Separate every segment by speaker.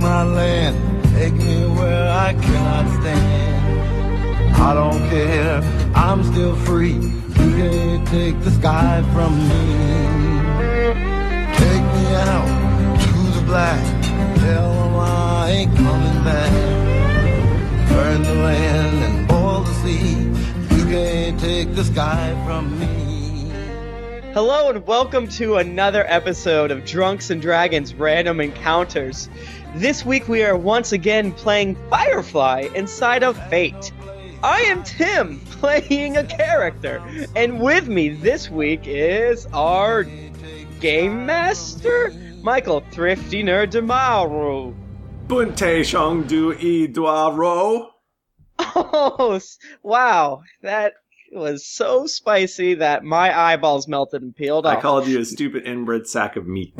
Speaker 1: land. Take me where I cannot stand. I don't care, I'm still free. You can't take the sky from me. Take me out to the black. Tell 'em I ain't coming back. Burn the land and boil the sea. You can't take the sky from me.
Speaker 2: Hello and welcome to another episode of Drunks and Dragons Random Encounters. This week we are once again playing Firefly inside of Fate. I am Tim, playing a character, and with me this week is our game master, Michael Thrifty Nerd Demaru.
Speaker 3: Bunte Shangdu I Duaro.
Speaker 2: Oh, s- wow, that was so spicy that my eyeballs melted and peeled off.
Speaker 3: I called you a stupid inbred sack of meat.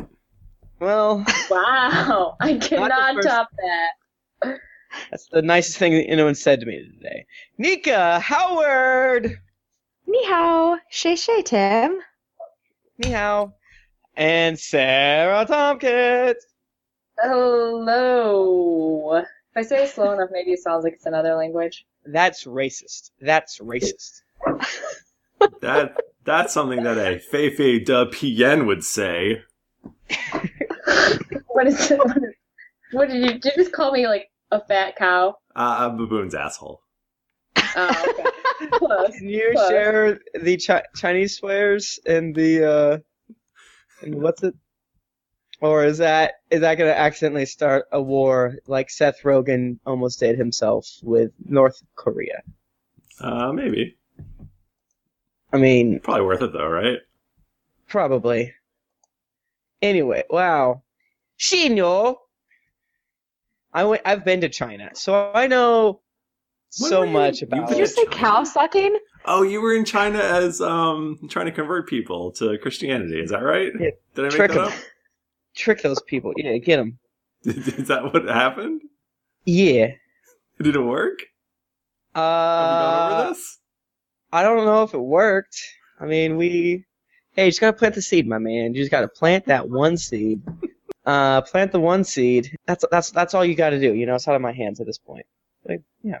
Speaker 2: well,
Speaker 4: Wow, I cannot
Speaker 2: first-
Speaker 4: top that.
Speaker 2: That's the nicest thing that anyone said to me today. Nika Howard,
Speaker 5: Ni hao, shay shay, Tim.
Speaker 2: ni hao, and Sarah Tompkins.
Speaker 4: Hello. If I say it slow enough, maybe it sounds like it's another language.
Speaker 2: That's racist. That's racist.
Speaker 3: That that's something that a Feifei de Pien would say.
Speaker 4: What is it? What, is, what did you, did you just call me like a fat cow?
Speaker 3: Uh, a baboon's asshole.
Speaker 4: Oh, okay. Close.
Speaker 2: Can you
Speaker 4: Close.
Speaker 2: share the chi- Chinese swears and the uh, and what's it? Or is that is that going to accidentally start a war like Seth Rogen almost did himself with North Korea?
Speaker 3: Uh, maybe.
Speaker 2: I mean,
Speaker 3: Probably worth it though, right?
Speaker 2: Probably. Anyway, wow. Xinyo. I went, I've been to China, so I know
Speaker 3: When
Speaker 2: so
Speaker 3: were you-
Speaker 2: much
Speaker 3: you've
Speaker 2: about
Speaker 3: been
Speaker 5: Did you
Speaker 2: it.
Speaker 5: say cow sucking?
Speaker 3: Oh, you were in China as um trying to convert people to Christianity. Is that right?
Speaker 2: Yeah.
Speaker 3: Did I make
Speaker 2: Trick
Speaker 3: that
Speaker 2: 'em.
Speaker 3: up?
Speaker 2: Trick those people. Yeah, get them.
Speaker 3: Is that what happened?
Speaker 2: Yeah.
Speaker 3: Did it work? Have we gone over
Speaker 2: Uh,
Speaker 3: this?
Speaker 2: I don't know if it worked. I mean, we. Hey, you just gotta plant the seed, my man. You just gotta plant that one seed. Uh, plant the one seed. That's that's that's all you gotta do. You know, it's out of my hands at this point. Like, yeah.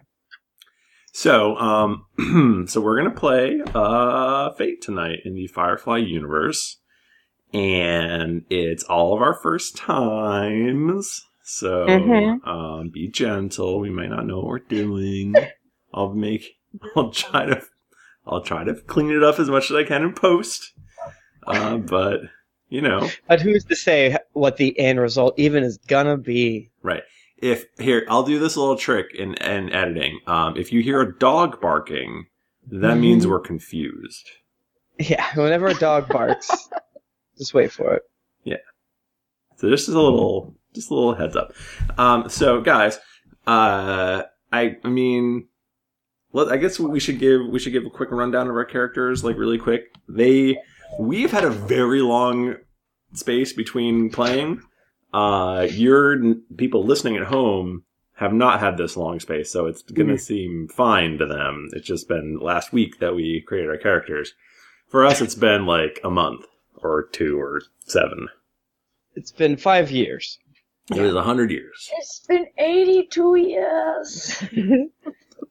Speaker 3: So, um, so we're gonna play uh, Fate tonight in the Firefly universe, and it's all of our first times. So,
Speaker 2: Mhm.
Speaker 3: um, be gentle. We might not know what we're doing. I'll make. I'll try to. I'll try to clean it up as much as I can in post. Uh, but you know,
Speaker 2: But who's to say what the end result even is gonna be?
Speaker 3: if here i'll do this little trick in, in editing um, if you hear a dog barking that
Speaker 2: Mhm.
Speaker 3: means we're confused
Speaker 2: Yeah, whenever a dog barks, just wait for it.
Speaker 3: so this is a little just a little heads up um, so guys uh, I, I mean let, i guess we should give we should give a quick rundown of our characters like really quick they we've had a very long space between playing uh your n- people listening at home have not had this long space so it's gonna seem fine to them it's just been last week that we created our characters for us it's been like a month or two or seven
Speaker 2: It's been five years.
Speaker 3: it was a hundred years
Speaker 4: It's been 82 years.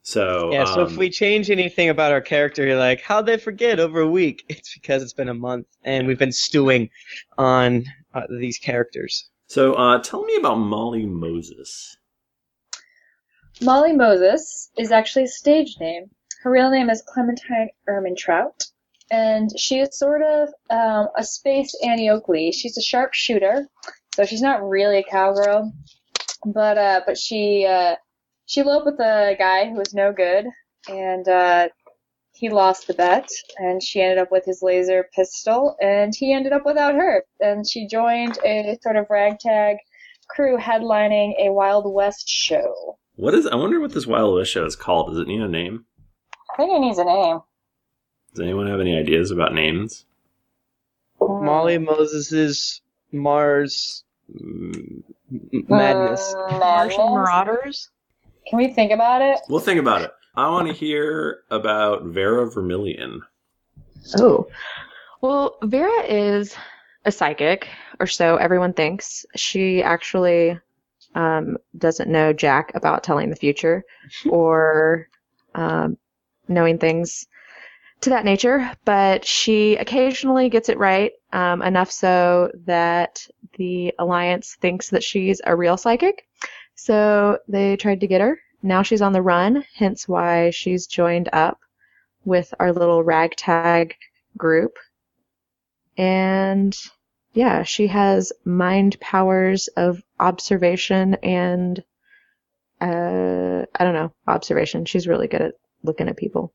Speaker 3: so
Speaker 2: yeah, so
Speaker 3: um,
Speaker 2: if we change anything about our character, you're like, how'd they forget over a week? It's because it's been a month and we've been stewing on uh, these characters.
Speaker 3: so uh tell me about molly moses
Speaker 4: Molly Moses is actually a stage name. Her real name is Clementine Ermintrout, and she is sort of um, a space Annie Oakley. She's a sharpshooter, so she's not really a cowgirl, but uh, but she uh, she eloped with a guy who was no good, and uh, he lost the bet, and she ended up with his laser pistol, and he ended up without her, and she joined a sort of ragtag crew headlining a Wild West show.
Speaker 3: what is i wonder what this wild west show is called does it need a name
Speaker 4: I think it needs a name.
Speaker 3: does anyone have any ideas about names
Speaker 2: Molly Moses's Mars
Speaker 3: Mm,
Speaker 2: m- Madness.
Speaker 4: Mm, madness.
Speaker 5: Martian marauders?
Speaker 4: Can we think about it?
Speaker 3: we'll think about it i want to hear about vera vermilion
Speaker 5: Oh. Well, Vera is a psychic, or so everyone thinks. She actually um, doesn't know Jack about telling the future or um, knowing things to that nature, but she occasionally gets it right um, enough so that the Alliance thinks that she's a real psychic. So they tried to get her. Now she's on the run, hence why she's joined up with our little ragtag group. And yeah, she has mind powers of observation and uh, I don't know, observation. She's really good at looking at people.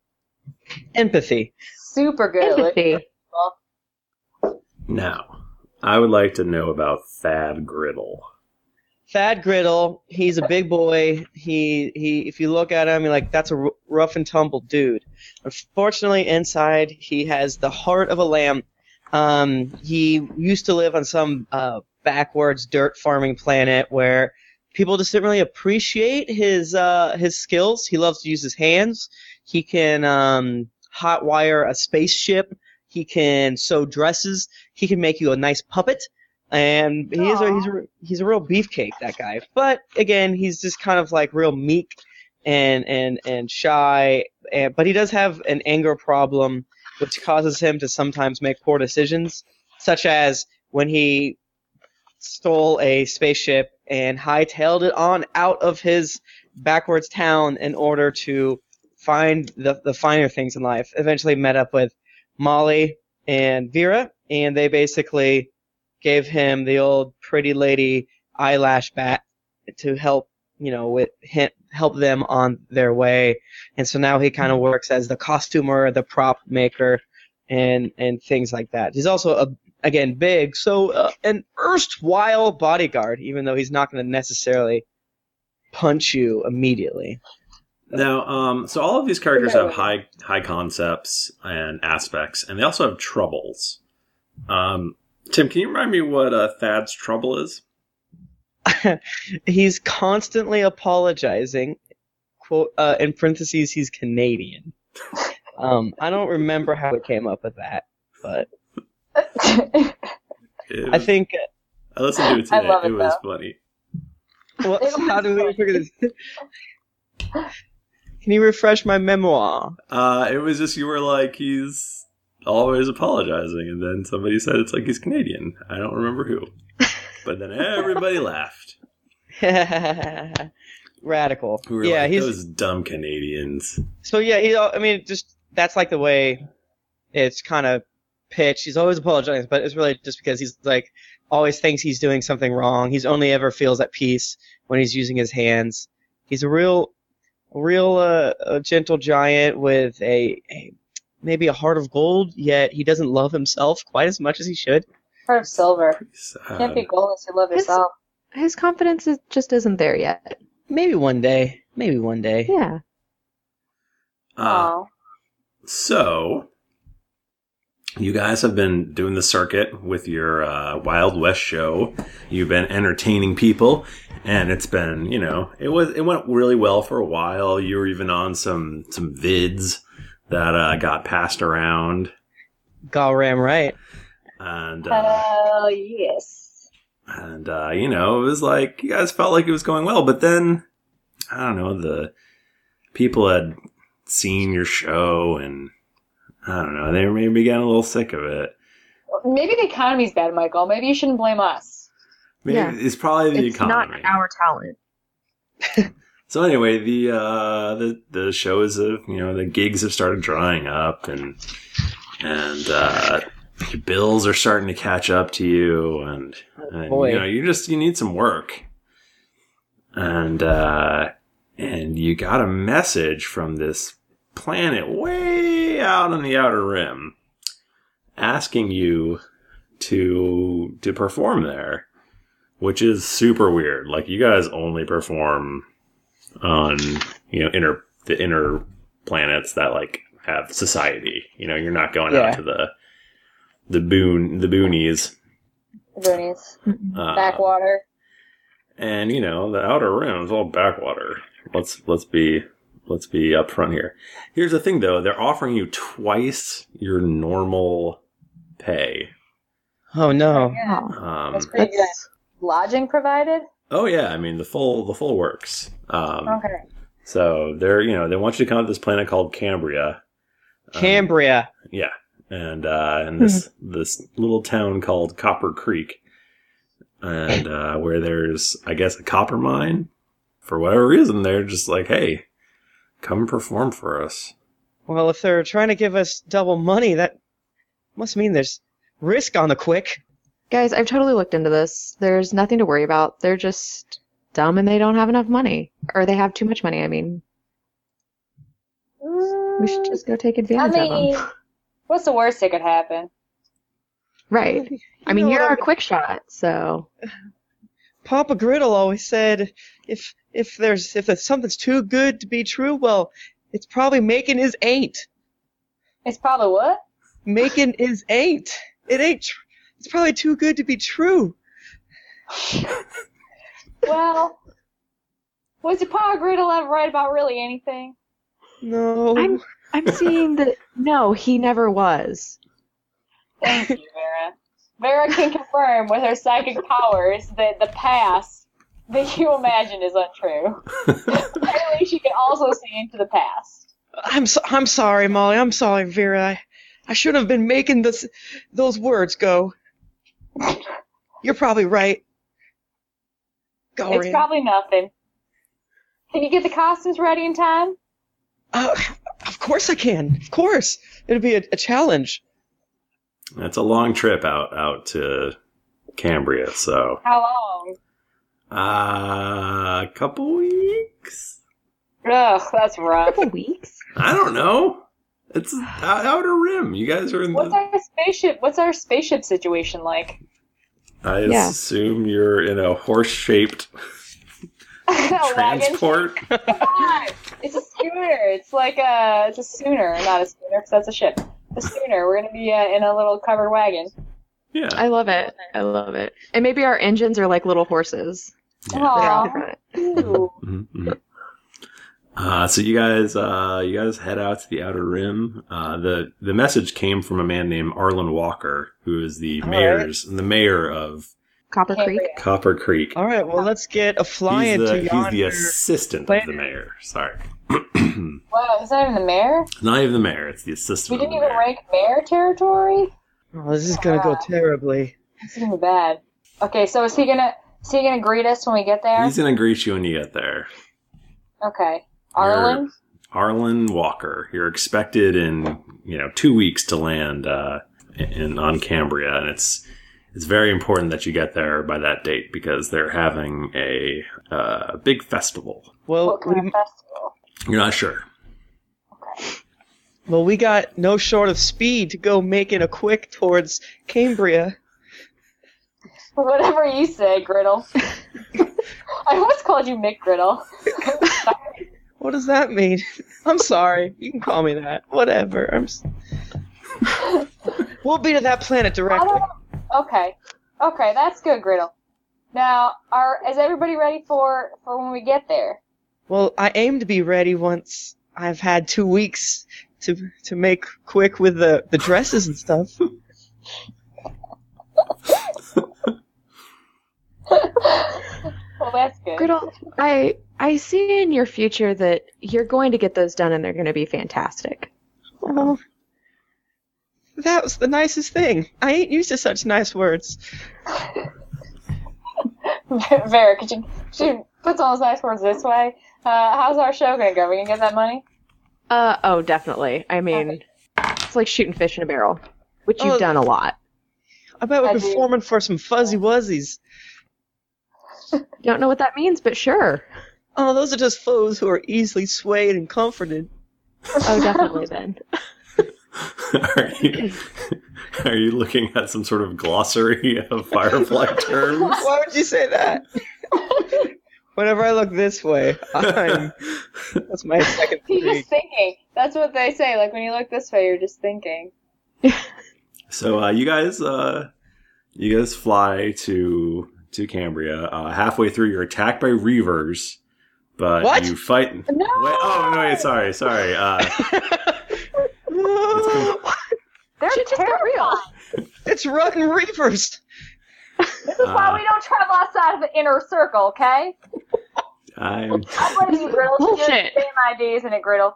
Speaker 2: Empathy.
Speaker 4: Super good. at looking-
Speaker 5: Empathy.
Speaker 3: Now, I would like to know about Thad Griddle.
Speaker 2: Thad Griddle, he's a big boy. He he. If you look at him, you're like, that's a r- rough and tumble dude. Unfortunately, inside he has the heart of a lamb. Um, he used to live on some uh, backwards dirt farming planet where people just didn't really appreciate his uh, his skills. He loves to use his hands. He can um, hotwire a spaceship. He can sew dresses. He can make you a nice puppet. And he is a,
Speaker 4: Aw.
Speaker 2: he's a, he's a real beefcake, that guy. But again, he's just kind of like real meek and and and shy. And, but he does have an anger problem, which causes him to sometimes make poor decisions, such as when he stole a spaceship and hightailed it on out of his backwards town in order to find the, the finer things in life. Eventually met up with Molly and Vera, and they basically gave him the old pretty lady eyelash bat to help, you know, with him, help them on their way. And so now he kind of works as the costumer, the prop maker, and and things like that. He's also a again big, so uh, an erstwhile bodyguard, even though he's not going to necessarily punch you immediately.
Speaker 3: Now, um, so all of these characters
Speaker 4: Yeah.
Speaker 3: have high high concepts and aspects, and they also have troubles. Um, Tim, can you remind me what uh, Thad's trouble is?
Speaker 2: he's constantly apologizing. Quote uh, in parentheses, he's Canadian. Um, I don't remember how it came up with that, but
Speaker 3: It
Speaker 2: I
Speaker 3: was-
Speaker 2: think.
Speaker 3: I listened to it
Speaker 4: I
Speaker 3: today.
Speaker 4: love
Speaker 3: it
Speaker 4: it,
Speaker 3: was funny.
Speaker 2: uh, Well,
Speaker 4: It was
Speaker 2: how do we
Speaker 4: funny.
Speaker 2: figure this? Can you refresh my memoir?
Speaker 3: Uh, it was just you were like he's always apologizing, and then somebody said it's like he's Canadian. I don't remember who, but then everybody laughed.
Speaker 2: Radical.
Speaker 3: We were
Speaker 2: yeah,
Speaker 3: like,
Speaker 2: he's
Speaker 3: those dumb Canadians.
Speaker 2: So yeah, he, I mean, just that's like the way it's kind of pitched. He's always apologizing, but it's really just because he's like always thinks he's doing something wrong. He's only ever feels at peace when he's using his hands. He's a real, a real uh, a gentle giant with a, a maybe a heart of gold. Yet he doesn't love himself quite as much as he should.
Speaker 4: Heart of silver. Can't
Speaker 3: Sad.
Speaker 4: be gold unless you love
Speaker 5: It's-
Speaker 4: yourself.
Speaker 5: His confidence is, just isn't there yet.
Speaker 2: Maybe one day. Maybe one day.
Speaker 5: Yeah.
Speaker 3: Uh,
Speaker 4: Aw.
Speaker 3: So, you guys have been doing the circuit with your uh, Wild West show. You've been entertaining people, and it's been you know it was it went really well for a while. You were even on some some vids that uh, got passed around,
Speaker 2: Galram, right?
Speaker 3: and uh,
Speaker 4: Hell yes.
Speaker 3: and uh, you know it was like you guys felt like it was going well, but then I don't know the people had seen your show and. I don't know. They maybe got a little sick of it.
Speaker 4: Maybe the economy's bad, Michael. Maybe you shouldn't blame us.
Speaker 3: Maybe
Speaker 5: Yeah.
Speaker 3: it's probably the
Speaker 5: it's
Speaker 3: economy.
Speaker 5: not our talent.
Speaker 3: so anyway, the uh, the the shows have you know the gigs have started drying up and and uh, your bills are starting to catch up to you and,
Speaker 5: Oh,
Speaker 3: and
Speaker 2: boy.
Speaker 3: you know you just you need some work and uh, and you got a message from this planet way out on the outer rim asking you to to perform there which is super weird like you guys only perform on you know inner the inner planets that like have society you know you're not going
Speaker 2: Yeah.
Speaker 3: out to the the boon the boonies
Speaker 4: Boonies.
Speaker 3: uh,
Speaker 4: Backwater.
Speaker 3: and you know the outer rim is all backwater let's let's be let's be upfront here here's the thing though they're offering you twice your normal pay
Speaker 2: Oh no.
Speaker 4: Yeah.
Speaker 3: um
Speaker 2: Oh,
Speaker 5: Oh,
Speaker 4: That's pretty good. Lodging provided?
Speaker 3: Oh yeah, I mean the full the full works. Um,
Speaker 4: Okay.
Speaker 3: So they're you know they want you to come to this planet called Cambria. Um,
Speaker 2: Cambria.
Speaker 3: Yeah, and uh, and this this little town called Copper Creek, and uh, where there's I guess a copper mine. For whatever reason, they're just like, hey, come perform for us.
Speaker 2: Well, if they're trying to give us double money, that must mean there's risk on the quick.
Speaker 5: Guys, I've totally looked into this. There's nothing to worry about. They're just dumb and they don't have enough money. Or they have too much money, I mean. We should just go take
Speaker 4: I
Speaker 5: advantage of
Speaker 4: mean,
Speaker 5: them.
Speaker 4: what's the worst that could happen?
Speaker 5: Right. I mean,
Speaker 2: know
Speaker 5: you're
Speaker 2: what I
Speaker 5: our
Speaker 2: mean.
Speaker 5: quick shot, so.
Speaker 2: Papa Griddle always said, if if there's if something's too good to be true, well, it's probably making is ain't.
Speaker 4: It's probably what?
Speaker 2: Making is ain't. It ain't. Tr- it's probably too good to be true.
Speaker 4: Well, was your power grid allowed to write about really anything?
Speaker 2: No.
Speaker 5: I'm I'm seeing that no, he never was.
Speaker 4: Thank you, Vera. Vera can confirm with her psychic powers that the past that you imagine is untrue. Apparently, she can also see into the past.
Speaker 2: I'm so, I'm sorry, Molly. I'm sorry, Vera. I, I shouldn't have been making this those words go. You're probably right. Go
Speaker 4: It's probably nothing. Can you get the costumes ready in time?
Speaker 2: uh, of course I can. Of course, it'll be a, a challenge.
Speaker 3: It's a long trip out out to Cambria, so
Speaker 4: How long?
Speaker 3: uh, a couple weeks.
Speaker 4: Ugh, that's rough.
Speaker 5: couple weeks.
Speaker 3: I don't know. It's o- outer rim. You guys are in
Speaker 4: What's
Speaker 3: the.
Speaker 4: our spaceship? What's our spaceship situation like?
Speaker 3: I
Speaker 5: Yeah.
Speaker 3: assume you're in a horse-shaped
Speaker 4: Wagon?
Speaker 3: transport.
Speaker 4: God, It's a schooner. It's like a it's a sooner, not a schooner, 'cause that's a ship. A schooner. We're gonna be uh, in a little covered wagon.
Speaker 3: Yeah.
Speaker 2: Uh,
Speaker 5: I love it. I love it. And maybe our engines are like little horses.
Speaker 3: Yeah.
Speaker 5: They're out the
Speaker 4: Aw,
Speaker 5: front.
Speaker 4: cute.
Speaker 3: Mhm, mhm. Uh, so you guys, uh, you guys head out to the outer rim. Uh, the the message came from a man named Arlen Walker, who is the
Speaker 2: All right.
Speaker 3: mayor's the mayor of
Speaker 5: Copper Creek.
Speaker 4: Cambria.
Speaker 3: Copper Creek.
Speaker 2: All right. Well, let's get a fly
Speaker 3: he's,
Speaker 2: into
Speaker 3: the, he's the
Speaker 2: yonder.
Speaker 3: assistant of the
Speaker 2: planet.
Speaker 3: mayor. Sorry,
Speaker 4: Wow, is that even the mayor?
Speaker 3: not even the mayor. It's the
Speaker 4: We
Speaker 3: assistant.
Speaker 4: didn't
Speaker 3: of the
Speaker 4: even
Speaker 3: mayor.
Speaker 4: rank mayor territory.
Speaker 2: oh, this is gonna go terribly.
Speaker 4: This is gonna be bad. Okay, so is he gonna is he gonna greet us when we get there?
Speaker 3: He's gonna greet you when you get there.
Speaker 4: Okay, Arlen.
Speaker 3: Arlen Walker. You're expected in you know two weeks to land uh, in on Cambria, and it's it's very important that you get there by that date because they're having a uh, big festival.
Speaker 2: Well,
Speaker 4: What kind of
Speaker 2: we,
Speaker 4: festival?
Speaker 3: You're not sure.
Speaker 2: well, we got no short of speed to go making a quick towards Cambria.
Speaker 4: Whatever you say, Griddle. I almost called you Mick Griddle.
Speaker 2: What does that mean? I'm sorry. You can call me that. Whatever. I'm. s we'll be to that planet
Speaker 4: I
Speaker 2: directly.
Speaker 4: don't. Oh, Okay, okay, that's good, Griddle. Now, are is everybody ready for for when we get there?
Speaker 2: Well, I aim to be ready once I've had two weeks to to make quick with the the dresses and stuff.
Speaker 4: Well, that's good.
Speaker 5: Good old, I I see in your future that you're going to get those done and they're going to be fantastic.
Speaker 2: Oh, that was the nicest thing. I ain't used to such nice words.
Speaker 4: Vera, could you she puts all those nice words this way? Uh, how's our show gonna go? We gonna get that money?
Speaker 5: Uh oh, definitely. I mean, it's like shooting fish in a barrel, which you've
Speaker 2: Oh.
Speaker 5: done a lot.
Speaker 2: I bet we're
Speaker 4: I do.
Speaker 2: performing for some fuzzy wuzzies.
Speaker 5: Don't know what that means, but sure.
Speaker 2: Oh, those are just foes who are easily swayed and comforted.
Speaker 5: Oh, definitely then.
Speaker 3: are, you, are you looking at some sort of glossary of Firefly terms?
Speaker 2: Why would you say that? Whenever I look this way, I'm, that's my second
Speaker 4: He's
Speaker 2: three.
Speaker 4: just thinking. That's what they say. Like when you look this way, you're just thinking.
Speaker 3: So uh, you guys, uh, you guys fly to to Cambria. Uh, halfway through, you're attacked by Reavers, but
Speaker 2: What?
Speaker 3: you fight.
Speaker 4: No.
Speaker 3: Wait, oh no! Wait, sorry, sorry. Uh,
Speaker 2: it's
Speaker 4: They're
Speaker 5: Shit just got real.
Speaker 2: rotten reavers.
Speaker 6: This is why
Speaker 3: Uh.
Speaker 6: we don't travel outside of the inner circle, okay?
Speaker 3: I'm,
Speaker 6: I blame you, Griddle. You have the
Speaker 5: Bullshit.
Speaker 6: same ideas in it, Griddle.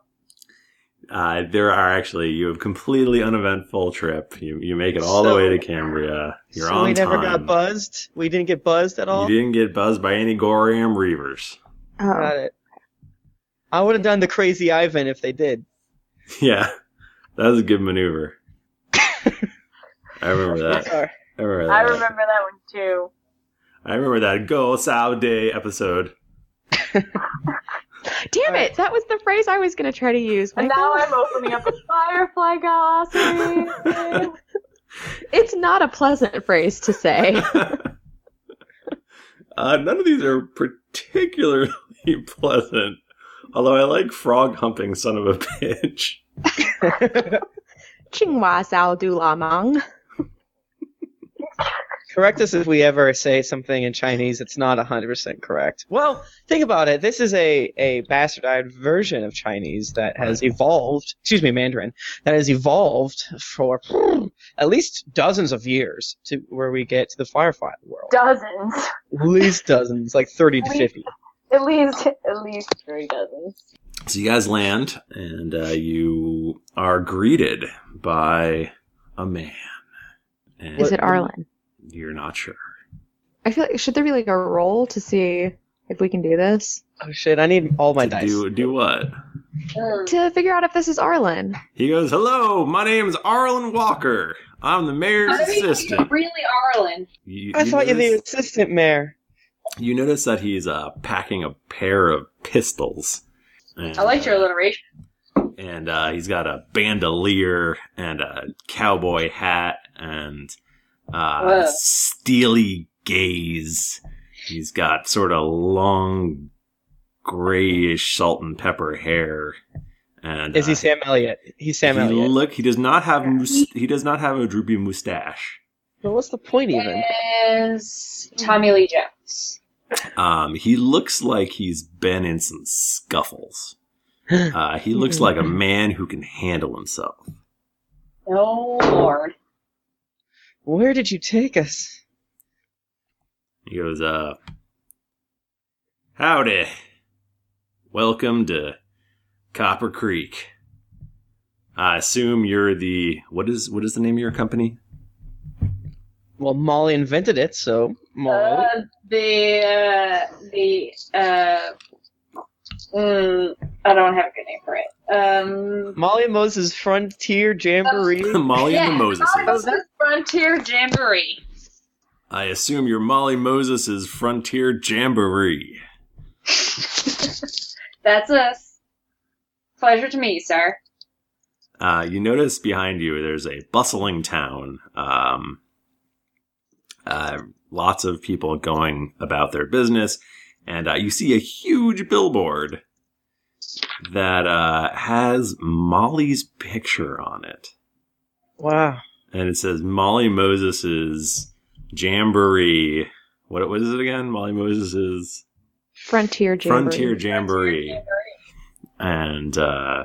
Speaker 3: uh, there are actually you have completely uneventful trip. You you make it all the way to Cambria. You're
Speaker 2: so
Speaker 3: on
Speaker 2: we never
Speaker 3: time.
Speaker 2: got buzzed. We didn't get buzzed at all.
Speaker 3: you didn't get buzzed by any Gorium Reavers.
Speaker 5: Oh,
Speaker 2: Got it. I would have done the crazy Ivan if they did.
Speaker 3: Yeah, that was a good maneuver. I remember that.
Speaker 2: Sorry.
Speaker 3: I remember that.
Speaker 6: I remember that one too.
Speaker 3: I remember that Go Saudi episode.
Speaker 5: damn
Speaker 2: Alright.
Speaker 5: it! That was the phrase I was going to try to use.
Speaker 6: And now
Speaker 5: Michael.
Speaker 6: I'm opening up a firefly glossary.
Speaker 5: It's not a pleasant phrase to say.
Speaker 3: Uh, none of these are particularly pleasant. Although I like frog humping, son of a bitch.
Speaker 5: Qinghua Sao Du La Mang.
Speaker 2: Correct us if we ever say something in Chinese that's not 100% correct. Well, think about it. This is a, a bastardized version of Chinese that has evolved, excuse me, Mandarin, that has evolved for at least dozens of years to where we get to the Firefly world.
Speaker 6: dozens.
Speaker 2: At least dozens, like 30 to 50.
Speaker 6: At least, at least three dozens.
Speaker 3: So you guys land, and uh, you are greeted by a man. And
Speaker 5: Is it Arlen?
Speaker 3: You're not sure.
Speaker 5: I feel like should there be like a roll to see if we can do this
Speaker 2: Oh shit, I need all my
Speaker 3: To
Speaker 2: dice.
Speaker 3: Do do what?
Speaker 5: to figure out if this is Arlen.
Speaker 3: He goes, "Hello, my name is Arlen Walker. I'm the mayor's assistant."
Speaker 4: Really, Arlen.
Speaker 3: You,
Speaker 2: I thought you were
Speaker 3: notice-
Speaker 2: the assistant mayor.
Speaker 3: You notice that he's uh, packing a pair of pistols. And,
Speaker 4: I liked your alliteration.
Speaker 3: And uh, he's got a bandolier and a cowboy hat and uh,
Speaker 4: Whoa.
Speaker 3: steely gaze. He's got sort of long, grayish salt and pepper hair. And
Speaker 2: Is he
Speaker 3: uh,
Speaker 2: Sam Elliott? He's Sam
Speaker 3: he
Speaker 2: Elliott.
Speaker 3: Look, he does not have mus- he does not have a droopy mustache.
Speaker 2: Well, what's the point even?
Speaker 4: Is Tommy Lee Jones.
Speaker 3: Um, he looks like he's been in some scuffles. Uh, he looks like a man who can handle himself.
Speaker 4: No Oh, lord.
Speaker 2: Where did you take us?
Speaker 3: He goes, uh, Howdy. Welcome to Copper Creek. I assume you're the what is what is the name of your company?
Speaker 2: Well, Molly invented it, so Molly.
Speaker 4: Uh, the uh, the uh, mm, I don't have a good name for it. Um,
Speaker 2: Molly and Moses Frontier Jamboree.
Speaker 3: Molly and
Speaker 4: Yeah,
Speaker 3: the Moseses.
Speaker 4: oh, that's Frontier Jamboree.
Speaker 3: I assume you're Molly Moses's Frontier Jamboree.
Speaker 4: That's us. Pleasure to meet you, sir.
Speaker 3: Uh, you notice behind you there's a bustling town. Um, uh, lots of people going about their business, and uh, you see a huge billboard that uh, has Molly's picture on it.
Speaker 2: wow.
Speaker 3: And it says Molly Moses's Jamboree. What was it again? Molly Moses's
Speaker 5: Frontier Jamboree.
Speaker 3: Frontier Jamboree. and uh,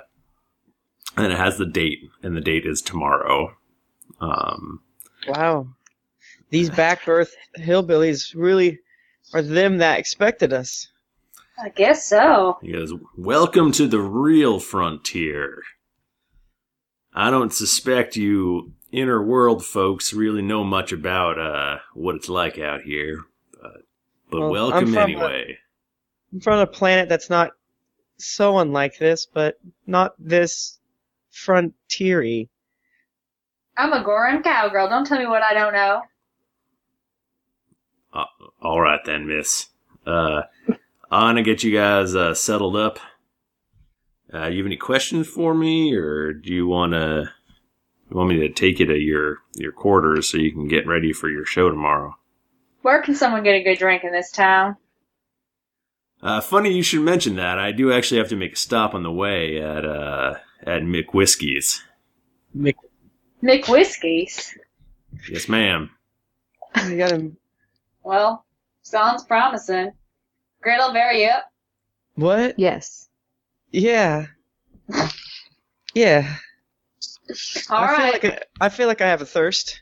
Speaker 3: and it has the date, and the date is tomorrow. Um,
Speaker 2: Wow. These backbirth hillbillies really are them that expected us.
Speaker 4: I guess so.
Speaker 3: he goes, "Welcome to the real frontier." I don't suspect you inner world folks really know much about uh, what it's like out here, but,
Speaker 2: Well,
Speaker 3: but
Speaker 2: I'm
Speaker 3: welcome
Speaker 2: from, uh,
Speaker 3: anyway.
Speaker 2: I'm from a planet that's not so unlike this, but not this frontiery.
Speaker 4: I'm a Goran cowgirl. Don't tell me what I don't know.
Speaker 3: All right then, miss. Uh, I'm gonna get you guys uh, settled up. Uh, you have any questions for me, or do you wanna you want me to take you to your your quarters so you can get ready for your show tomorrow?
Speaker 4: Where can someone get a good drink in this town?
Speaker 3: Uh, funny you should mention that. I do actually have to make a stop on the way at uh at Mick Whiskey's.
Speaker 2: Mc-
Speaker 4: Mick Whiskies.
Speaker 3: Yes, ma'am.
Speaker 2: you got him.
Speaker 4: Well, sounds promising. Gretel, very up.
Speaker 2: What?
Speaker 5: Yes.
Speaker 2: Yeah. Yeah.
Speaker 4: All
Speaker 2: I feel
Speaker 4: right.
Speaker 2: like I, I feel like I have a thirst.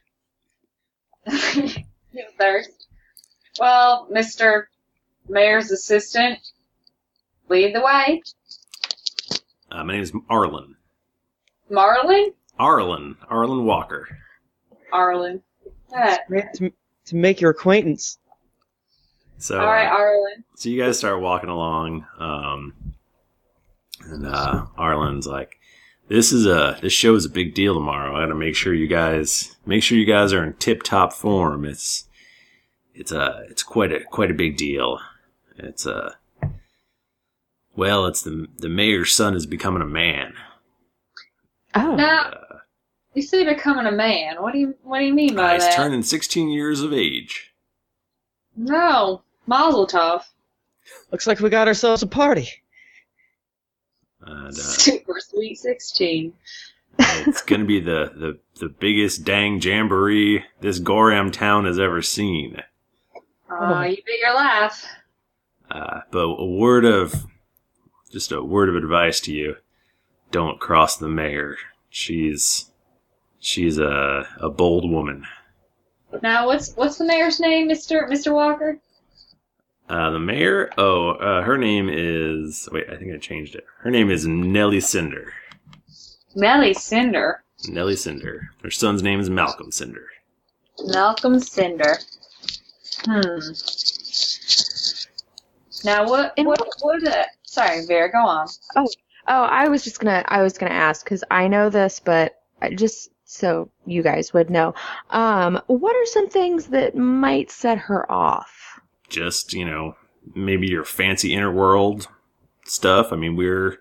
Speaker 4: You have a thirst.
Speaker 6: Well, Mr. Mayor's assistant, lead the way.
Speaker 3: Uh, my name is Arlen.
Speaker 6: Marlin?
Speaker 3: Arlen. Arlen Walker.
Speaker 6: Arlen. Ah,
Speaker 2: Great to, to make your acquaintance.
Speaker 3: So,
Speaker 6: all right,
Speaker 3: uh,
Speaker 6: Arlen.
Speaker 3: so you guys start walking along, um, and uh, Arlen's like, "This is a this show is a big deal tomorrow. I got to make sure you guys make sure you guys are in tip top form. It's it's a it's quite a quite a big deal. It's a well, it's the the mayor's son is becoming a man.
Speaker 5: Oh,
Speaker 6: Now, you say becoming a man. What do you What do you mean by
Speaker 3: Uh, he's
Speaker 6: that?
Speaker 3: turning 16 years of age.
Speaker 6: No, Mazel Tov.
Speaker 2: Looks like we got ourselves a party.
Speaker 3: And, uh,
Speaker 6: Super sweet sixteen.
Speaker 3: it's gonna be the, the the biggest dang jamboree this Goram town has ever seen.
Speaker 2: Oh.
Speaker 6: Aw, you bet your life.
Speaker 3: Uh, but a word of just a word of advice to you: don't cross the mayor. She's she's a a bold woman.
Speaker 6: Now, what's what's the mayor's name, Mister Mister Walker?
Speaker 3: Uh, the mayor. Oh, uh, her name is. Wait, I think I changed it. Her name is Nellie Cinder.
Speaker 6: Melly Cinder.
Speaker 3: Nellie Cinder. Her son's name is Malcolm Cinder.
Speaker 6: Malcolm Cinder. Hmm. Now what?
Speaker 5: In-
Speaker 6: what? What? Uh, sorry, Vera. Go on.
Speaker 5: Oh, I was just gonna I was gonna ask because I know this, but I just so you guys would know. Um, what are some things that might set her off?
Speaker 3: just you know maybe your fancy inner world stuff i mean we're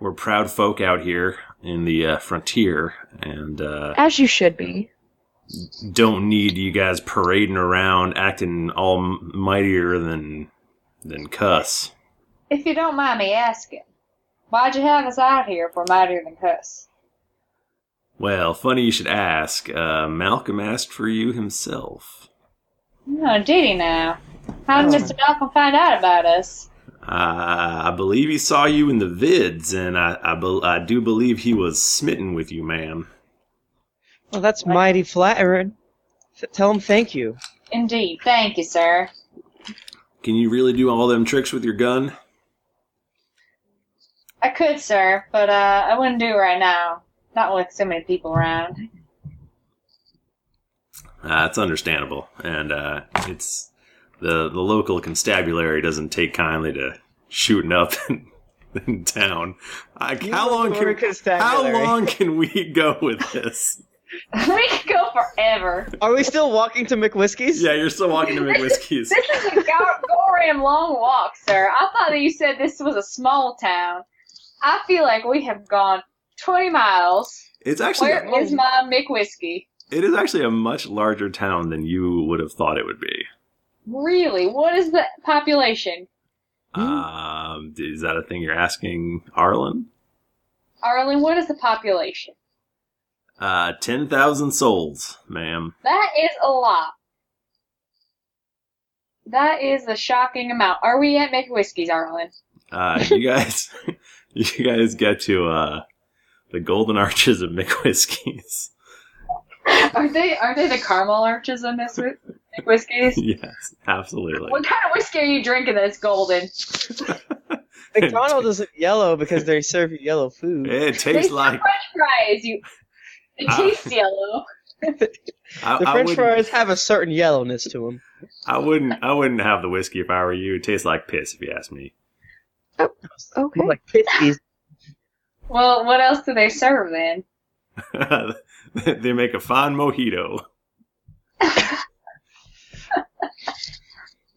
Speaker 3: we're proud folk out here in the uh, frontier and uh,
Speaker 5: As you should be.
Speaker 3: don't need you guys parading around acting all mightier than than cuss
Speaker 6: If you don't mind me asking, why'd you have us out here if we're mightier than cuss?
Speaker 3: well funny you should ask uh, malcolm asked for you himself
Speaker 6: No, Oh, did he now? How did
Speaker 2: Oh.
Speaker 6: Mr. Malcolm find out about us?
Speaker 3: uh, I believe he saw you in the vids, and I I, bel I do believe he was smitten with you, ma'am.
Speaker 2: Well, that's mighty flattering. F- tell him thank you.
Speaker 6: Indeed. Thank you, sir.
Speaker 3: Can you really do all them tricks with your gun?
Speaker 6: I could, sir, but uh, I wouldn't do it right now. Not with so many people around.
Speaker 3: Uh, it's understandable, and uh, it's the the local constabulary doesn't take kindly to shooting up in, in town. I, how long can how long can we go with this?
Speaker 6: we could go forever.
Speaker 2: Are we still walking to McWhiskey's?
Speaker 3: yeah, you're still walking to McWhiskey's.
Speaker 6: This is a Gar- Gorham long walk, sir. I thought that you said this was a small town. I feel like we have gone 20 miles.
Speaker 3: It's actually
Speaker 6: Where is my McWhiskey?
Speaker 3: it is actually a much larger town than you would have thought it would be.
Speaker 6: Really? What is the population? Hmm.
Speaker 3: Um, is that a thing you're asking, Arlen?
Speaker 6: Arlen, what is the population?
Speaker 3: Uh, ten thousand souls, ma'am.
Speaker 6: That is a lot. That is a shocking amount. Are we at McWhiskey's, Arlen?
Speaker 3: Uh, you guys, you guys get to uh, the Golden Arches of McWhiskey's.
Speaker 6: Are they are they the caramel arches on this whi- McWhiskey's?
Speaker 3: Yes, absolutely.
Speaker 6: What kind of whiskey are you drinking that's golden?
Speaker 2: McDonald's isn't yellow because they serve you yellow food.
Speaker 3: It
Speaker 6: They
Speaker 3: tastes
Speaker 6: sell
Speaker 3: like
Speaker 6: French fries. You, it
Speaker 3: Ah.
Speaker 6: tastes yellow.
Speaker 3: I,
Speaker 2: The
Speaker 3: I
Speaker 2: French
Speaker 3: wouldn't,
Speaker 2: fries have a certain yellowness to them.
Speaker 3: I wouldn't. I wouldn't have the whiskey if I were you. It tastes like piss, if you ask me.
Speaker 5: Okay.
Speaker 2: Like piskies.
Speaker 6: Well, what else do they serve then?
Speaker 3: they make a fine mojito.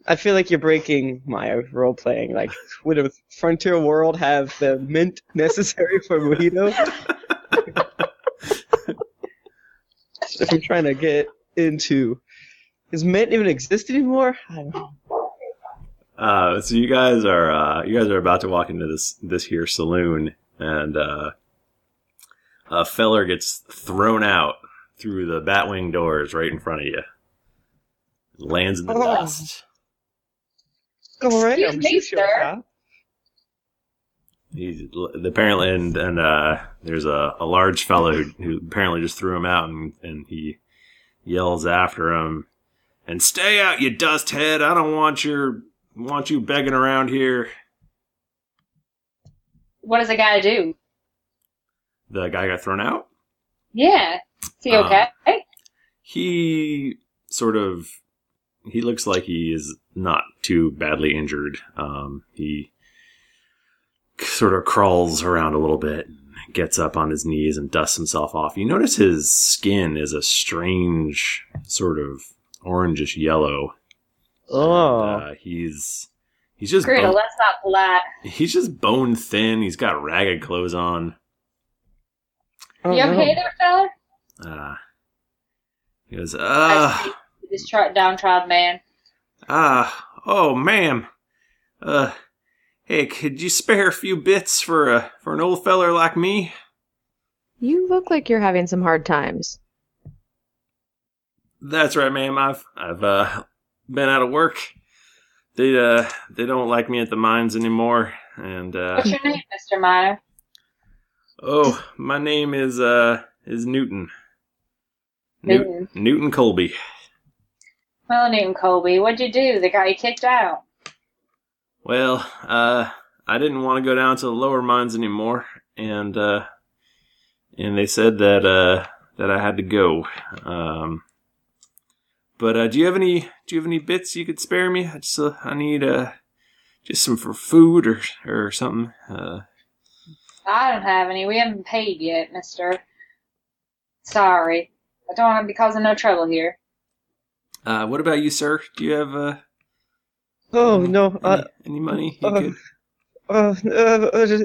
Speaker 2: I feel like you're breaking my role playing. Like, would a frontier world have the mint necessary for mojito? if I'm trying to get into, is mint even exist anymore? I don't know.
Speaker 3: Uh, so you guys are uh, you guys are about to walk into this this here saloon, and uh, a feller gets thrown out through the batwing doors right in front of you. Lands in the
Speaker 2: Oh.
Speaker 3: dust.
Speaker 2: All right,
Speaker 6: Excuse
Speaker 2: I'm
Speaker 6: me,
Speaker 2: sure,
Speaker 6: sir.
Speaker 2: huh?
Speaker 3: He's apparently, and, and uh, there's a, a large fellow who, who apparently just threw him out, and, and he yells after him, And stay out, you dust head. I don't want your want you begging around here.
Speaker 6: What does a guy do?
Speaker 3: The guy got thrown out.
Speaker 6: Yeah. Is he
Speaker 3: Um,
Speaker 6: okay?
Speaker 3: He sort of he looks like he is not too badly injured. Um, he sort of crawls around a little bit, gets up on his knees and dusts himself off. You notice his skin is a strange sort of orangish yellow.
Speaker 2: Oh.
Speaker 3: And, uh, he's he's just
Speaker 6: Griddle,
Speaker 3: bone-
Speaker 6: that's not flat.
Speaker 3: he's just bone thin. He's got ragged clothes on.
Speaker 2: Oh,
Speaker 6: you
Speaker 2: no.
Speaker 6: okay there, fella?
Speaker 3: Uh, he goes,
Speaker 6: I
Speaker 3: ah,
Speaker 6: speak to This tri- downtrodden man.
Speaker 3: ah, oh, ma'am. Uh, hey, could you spare a few bits for a for an old feller like me?
Speaker 5: You look like you're having some hard times.
Speaker 3: That's right, ma'am. I've I've uh been out of work. They uh they don't like me at the mines anymore, and uh,
Speaker 6: What's your name, Mr. Meyer?
Speaker 3: oh, my name is uh is Newton. Newton
Speaker 6: Newton.
Speaker 3: Newton Colby.
Speaker 6: Well, Newton Colby, what'd you do? The guy you kicked out.
Speaker 3: Well, uh, I didn't want to go down to the lower mines anymore, and uh, and they said that uh, that I had to go. Um, but uh, do you have any do you have any bits you could spare me? I just uh, I need uh, just some for food or or something. Uh,
Speaker 6: I don't have any. We haven't paid yet, mister. Sorry. I don't want to be causing no trouble here.
Speaker 3: uh, what about you, sir? Do you have uh,
Speaker 2: Oh no. Uh,
Speaker 3: any, any money? You
Speaker 2: uh,
Speaker 3: could?
Speaker 2: uh, uh, uh,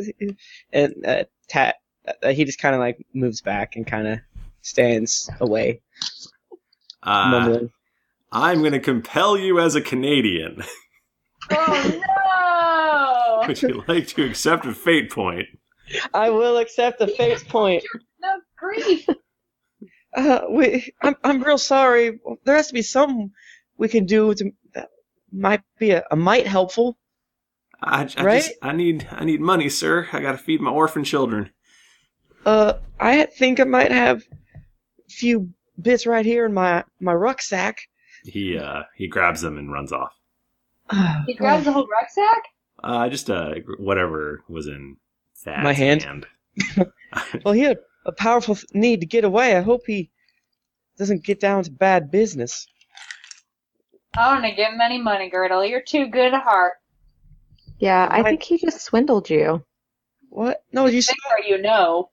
Speaker 2: and uh, Tat, uh, he just kind of like moves back and kind of stands away,
Speaker 3: Uh,
Speaker 2: mumbling.
Speaker 3: I'm going to compel you as a Canadian.
Speaker 6: Oh, no!
Speaker 3: Would you like to accept a fate point?
Speaker 2: I will accept the fate's point.
Speaker 6: No grief.
Speaker 2: Uh, we, I'm, I'm real sorry. There has to be something we can do to that might be a, a might helpful.
Speaker 3: I, I
Speaker 2: Right?
Speaker 3: just I need I need money, sir. I gotta feed my orphan children.
Speaker 2: Uh, I think I might have a few bits right here in my my rucksack.
Speaker 3: He uh he grabs them and runs off.
Speaker 2: Uh,
Speaker 6: He grabs the whole rucksack?
Speaker 3: Uh just uh whatever was in Thad's
Speaker 2: My hand? well, he had a powerful th- need to get away. I hope he doesn't get down to bad business.
Speaker 6: I don't want to give him any money, Girdle. You're too good at heart.
Speaker 5: Yeah, I
Speaker 2: Right.
Speaker 5: think he just swindled you.
Speaker 2: What? No, you saw
Speaker 6: Think or you know.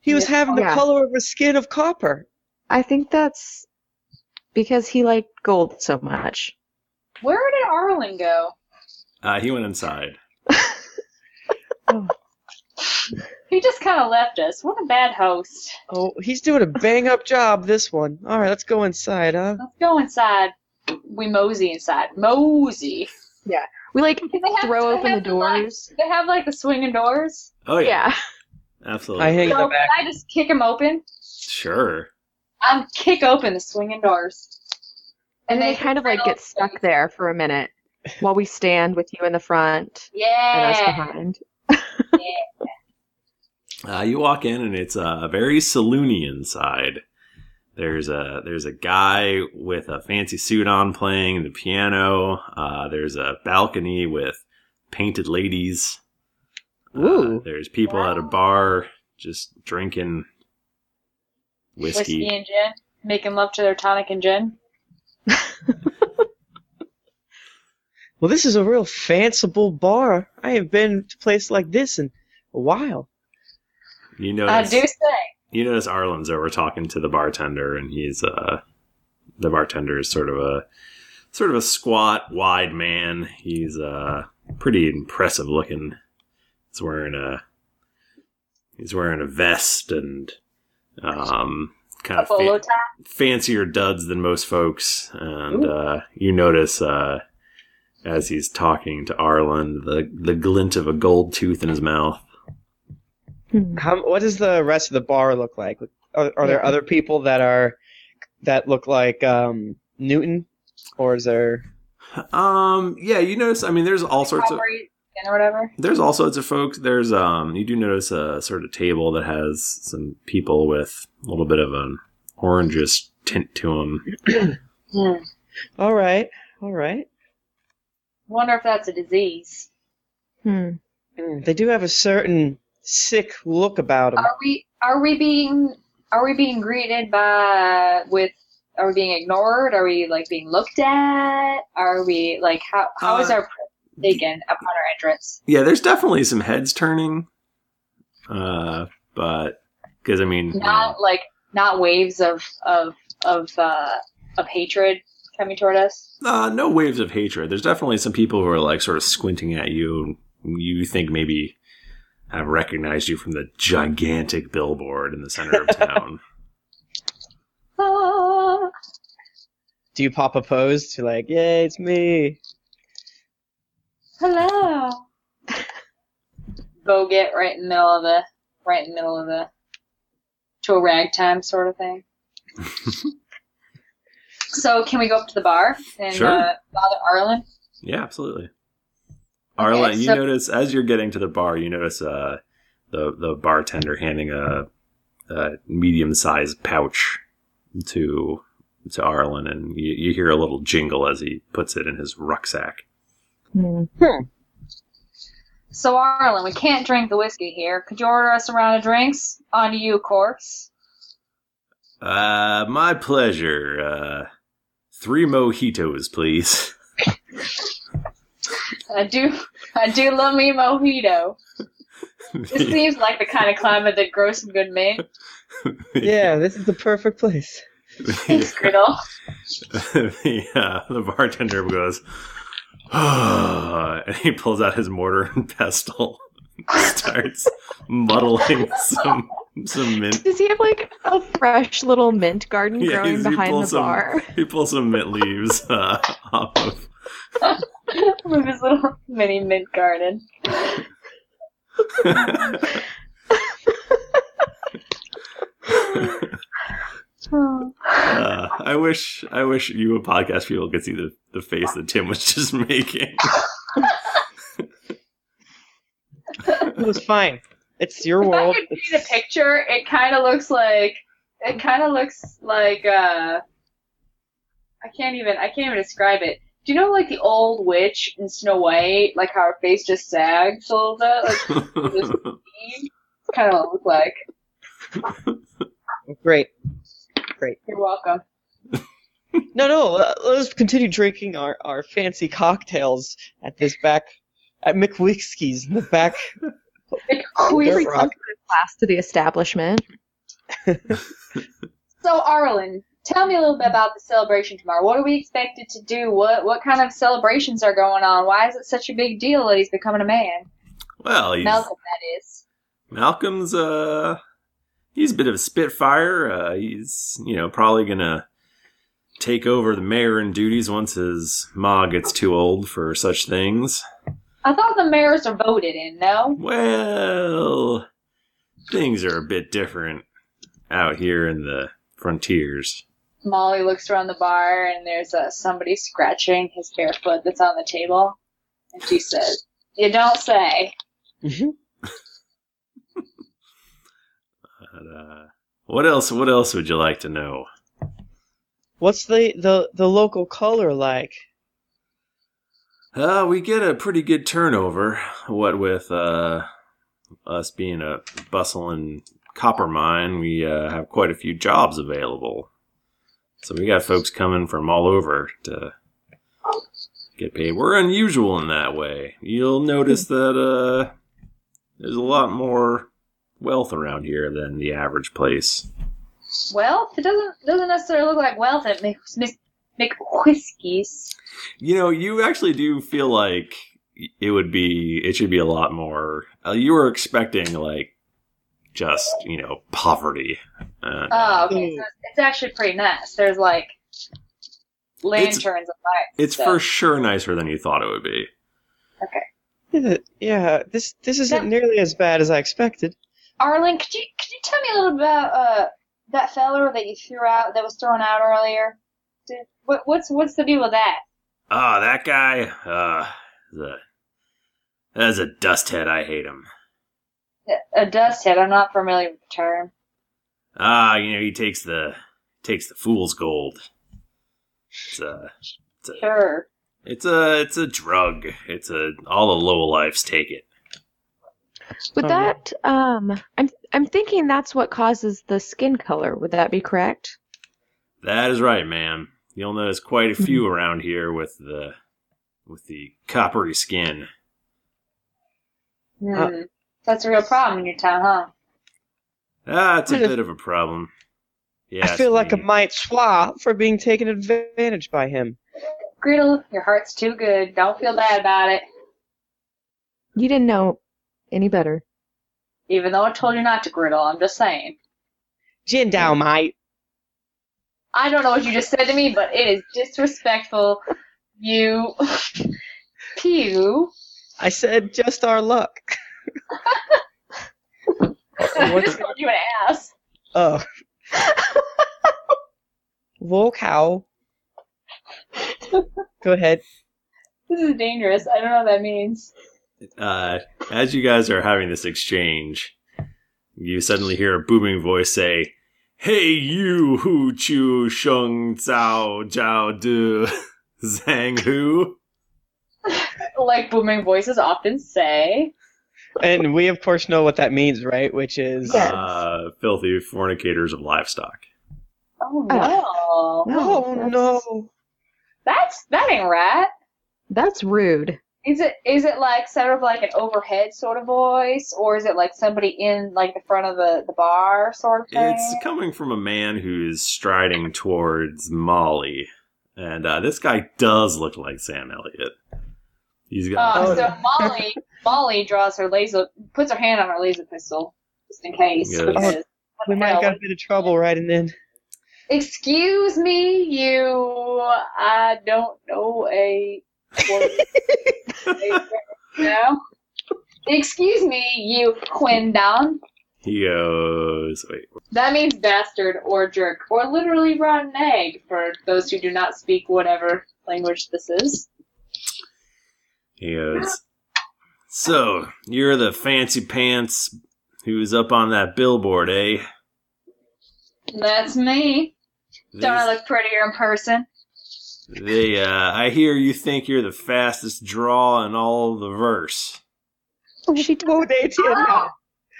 Speaker 2: he was having the
Speaker 5: Yeah.
Speaker 2: color of his skin of copper.
Speaker 5: I think that's because he liked gold so much.
Speaker 6: Where did Arlen go?
Speaker 3: Uh he went inside.
Speaker 6: He just kind of left us. What a bad host.
Speaker 2: Oh, he's doing a bang up job. This one. All right, let's go inside, huh?
Speaker 6: Let's go inside. We mosey inside. Mosey.
Speaker 5: We like
Speaker 6: They have-
Speaker 5: throw
Speaker 6: they
Speaker 5: open the
Speaker 6: have like-
Speaker 5: doors.
Speaker 6: they have like the swinging doors.
Speaker 3: Oh yeah,
Speaker 5: Yeah.
Speaker 3: absolutely.
Speaker 2: I hang
Speaker 6: So
Speaker 2: in the
Speaker 6: can
Speaker 2: back.
Speaker 6: I just kick them open?
Speaker 3: Sure.
Speaker 6: I'm kick open the swinging doors.
Speaker 5: And they kind of like get stuck there for a minute while we stand with you in the front and us
Speaker 6: Yeah.
Speaker 5: behind.
Speaker 3: Uh you walk in and it's uh very saloony inside. There's a there's a guy with a fancy suit on playing the piano. Uh there's a balcony with painted ladies. Uh,
Speaker 2: Ooh.
Speaker 3: there's people at a
Speaker 6: Wow.
Speaker 3: bar just drinking
Speaker 6: Whiskey.
Speaker 3: whiskey.
Speaker 6: and gin. Making love to their tonic and gin.
Speaker 2: Well, this is a real fanciful bar. I ain't been to a place like this in a while.
Speaker 3: You
Speaker 6: I
Speaker 3: notice
Speaker 6: do say.
Speaker 3: you notice Arlen's over talking to the bartender and he's uh the bartender is sort of a sort of a squat, wide man. He's uh pretty impressive looking. He's wearing a he's wearing a vest and um kind
Speaker 6: A
Speaker 3: of fa-
Speaker 6: bolo tie.
Speaker 3: fancier duds than most folks, and uh, you notice uh, as he's talking to Arlen the the glint of a gold tooth in his mouth.
Speaker 5: Hmm.
Speaker 2: How, what does the rest of the bar look like? Are, are there other people that are that look like um, Newton, or is there?
Speaker 3: Um, yeah, you notice. I mean, there's all sorts of
Speaker 6: Robbery or whatever.
Speaker 3: there's all sorts of folks. There's um, you do notice a sort of table that has some people with a little bit of an orangish tint to them.
Speaker 6: Hmm.
Speaker 2: All right. All right.
Speaker 6: Wonder if that's a disease.
Speaker 5: Hmm.
Speaker 2: Mm, They do have a certain sick look about them.
Speaker 6: Are we are we being are we being greeted by with are we being ignored? Are we like being looked at? Are we like how how is
Speaker 3: Uh,
Speaker 6: our presence taken upon our entrance?
Speaker 3: Yeah, there's definitely some heads turning. Uh, but because I mean, you know,
Speaker 6: Not like not waves of of of uh, of hatred coming toward us.
Speaker 3: Uh, no waves of hatred. There's definitely some people who are like sort of squinting at you. and You think maybe have recognized you from the gigantic billboard in the center of town.
Speaker 6: Ah.
Speaker 2: Do you pop a pose to like, yeah, it's me?
Speaker 6: Hello. Go get right in the middle of the right in the middle of the to a ragtime sort of thing. so can we go up to the bar and
Speaker 3: Sure.
Speaker 6: uh, bother Arlen?
Speaker 3: yeah, absolutely. Arlen, you
Speaker 6: so-
Speaker 3: notice as you're getting to the bar, you notice uh, the the bartender handing a, a medium sized pouch to to Arlen, and you, you hear a little jingle as he puts it in his rucksack.
Speaker 5: Hmm.
Speaker 6: So Arlen, we can't drink the whiskey here. Could you order us a round of drinks? On to you, Corks.
Speaker 3: Uh, my pleasure. Uh, three mojitos, please.
Speaker 6: I do I do love me a mojito. This seems like the kind of climate that grows some good men.
Speaker 2: Yeah, this is the perfect place.
Speaker 6: Thanks, Griddle.
Speaker 3: the, uh, the bartender goes, "Ah," and he pulls out his mortar and pestle, and starts muddling some some mint.
Speaker 5: Does he have like a fresh little mint garden
Speaker 3: Yeah,
Speaker 5: growing
Speaker 3: he's- he
Speaker 5: behind
Speaker 3: pulls
Speaker 5: the
Speaker 3: some-
Speaker 5: bar?
Speaker 3: He pulls some mint leaves uh, off of
Speaker 6: With his little mini mint garden.
Speaker 3: Uh, I wish I wish you a podcast people could see the, the face that Tim was just making.
Speaker 2: It was fine. It's your
Speaker 6: If I
Speaker 2: world.
Speaker 6: could see the
Speaker 2: It's-
Speaker 6: picture, it kind of looks like it kind of looks like uh, I can't even I can't even describe it. Do you know like the old witch in Snow White, like how her face just sags a little bit? Like it's kind of what it looked like.
Speaker 2: Great.
Speaker 6: You're welcome.
Speaker 2: No, no. uh, Let's continue drinking our, our fancy cocktails at this back at McWhiskey's in the back.
Speaker 6: Like,
Speaker 5: Oh,
Speaker 6: queasy-
Speaker 2: Dirt rock.
Speaker 5: Class to the establishment.
Speaker 6: So Arlen, tell me a little bit about the celebration tomorrow. What are we expected to do? What what kind of celebrations are going on? Why is it such a big deal that he's becoming a man?
Speaker 3: well, he's,
Speaker 6: Malcolm, that is.
Speaker 3: Malcolm's uh, he's a bit of a spitfire. Uh, he's you know probably gonna take over the mayor in duties once his ma gets too old for such things.
Speaker 6: I thought the mayors are voted in, no?
Speaker 3: Well, things are a bit different out here in the frontiers.
Speaker 6: Molly looks around the bar and there's uh, somebody scratching his bare foot that's on the table. And she says, You don't say.
Speaker 2: Mhm.
Speaker 3: But, uh, what else? What else would you like to know?
Speaker 2: What's the, the, the local color like?
Speaker 3: Uh, we get a pretty good turnover. What with uh, us being a bustling copper mine, we uh, have quite a few jobs available. So we got folks coming from all over to get paid. We're unusual in that way. You'll notice that uh, there's a lot more wealth around here than the average place.
Speaker 6: Wealth? It doesn't doesn't necessarily look like wealth at McWhiskey's.
Speaker 3: You know, you actually do feel like it would be, it should be a lot more. Uh, you were expecting like just you know poverty. Uh,
Speaker 6: Oh, okay. So it's- it's actually pretty nice. There's like lanterns and lights. and
Speaker 3: it's
Speaker 6: stuff.
Speaker 3: for sure nicer than you thought it would be.
Speaker 2: Is it- Yeah, this this isn't nearly as bad as I expected.
Speaker 6: Arlen, could you could you tell me a little about uh that feller that you threw out that was thrown out earlier? Did, what, what's what's the deal with that?
Speaker 3: Oh, that guy, uh, the that's a dusthead. I hate him.
Speaker 6: A dust head. I'm not familiar with the term.
Speaker 3: Ah, you know he takes the takes the fool's gold. It's a, it's a,
Speaker 6: Sure.
Speaker 3: it's a, it's a drug. It's a all the low lives take it.
Speaker 5: Would
Speaker 2: Oh, yeah.
Speaker 5: that um I'm I'm thinking that's what causes the skin color. Would that be correct?
Speaker 3: That is right, ma'am. You'll notice quite a few around here with the with the coppery skin.
Speaker 6: Hmm.
Speaker 2: Uh,
Speaker 6: That's a real problem in your town, huh?
Speaker 3: Ah, it's a
Speaker 2: Kind of-
Speaker 3: bit of a problem. Yeah,
Speaker 2: I feel like I
Speaker 3: a
Speaker 2: might schwa for being taken advantage by him.
Speaker 6: Gretel, your heart's too good. Don't feel bad about it.
Speaker 5: You didn't know any better.
Speaker 6: Even though I told you not to, Gretel, I'm just saying.
Speaker 2: Gin down, mate.
Speaker 6: I don't know what you just said to me, but it is disrespectful. You. Pew.
Speaker 2: I said just our luck.
Speaker 6: I just called you an ass.
Speaker 2: Oh. Volk how? Go ahead.
Speaker 6: This is dangerous. I don't know what that means.
Speaker 3: uh, as you guys are having this exchange, you suddenly hear a booming voice say, "Hey, you who chu sheng zhao zhao du zhang hu."
Speaker 6: Like booming voices often say.
Speaker 2: And we, of course, know what that means, right? Which is.
Speaker 5: Yes.
Speaker 3: Uh, filthy fornicators of livestock.
Speaker 6: Oh no.
Speaker 2: Oh,
Speaker 5: that's-
Speaker 2: no.
Speaker 6: That's that ain't right.
Speaker 5: That's rude.
Speaker 6: Is it is it like sort of like an overhead sort of voice, or is it like somebody in like the front of the, the bar sort of thing?
Speaker 3: It's coming from a man who's striding towards Molly, and uh, this guy does look like Sam Elliott. He's got
Speaker 6: Uh,
Speaker 2: Oh.
Speaker 6: so Molly, Molly draws her laser, puts her hand on her laser pistol, just in case.
Speaker 3: Yes.
Speaker 6: because-
Speaker 2: We might have
Speaker 6: Hell.
Speaker 2: got a bit of trouble riding in.
Speaker 6: Excuse me, you. I don't know a. word. no. Excuse me, you Quindon.
Speaker 3: he goes wait
Speaker 6: That means bastard or jerk or literally rotten egg for those who do not speak whatever language this is.
Speaker 3: He goes, So, you're the fancy pants who's up on that billboard, eh?
Speaker 6: That's me. Don't I
Speaker 3: They-
Speaker 6: look prettier in person?
Speaker 3: they, uh, I hear you think you're the fastest draw in all the verse.
Speaker 5: She
Speaker 2: Oh, they did.
Speaker 6: Ah,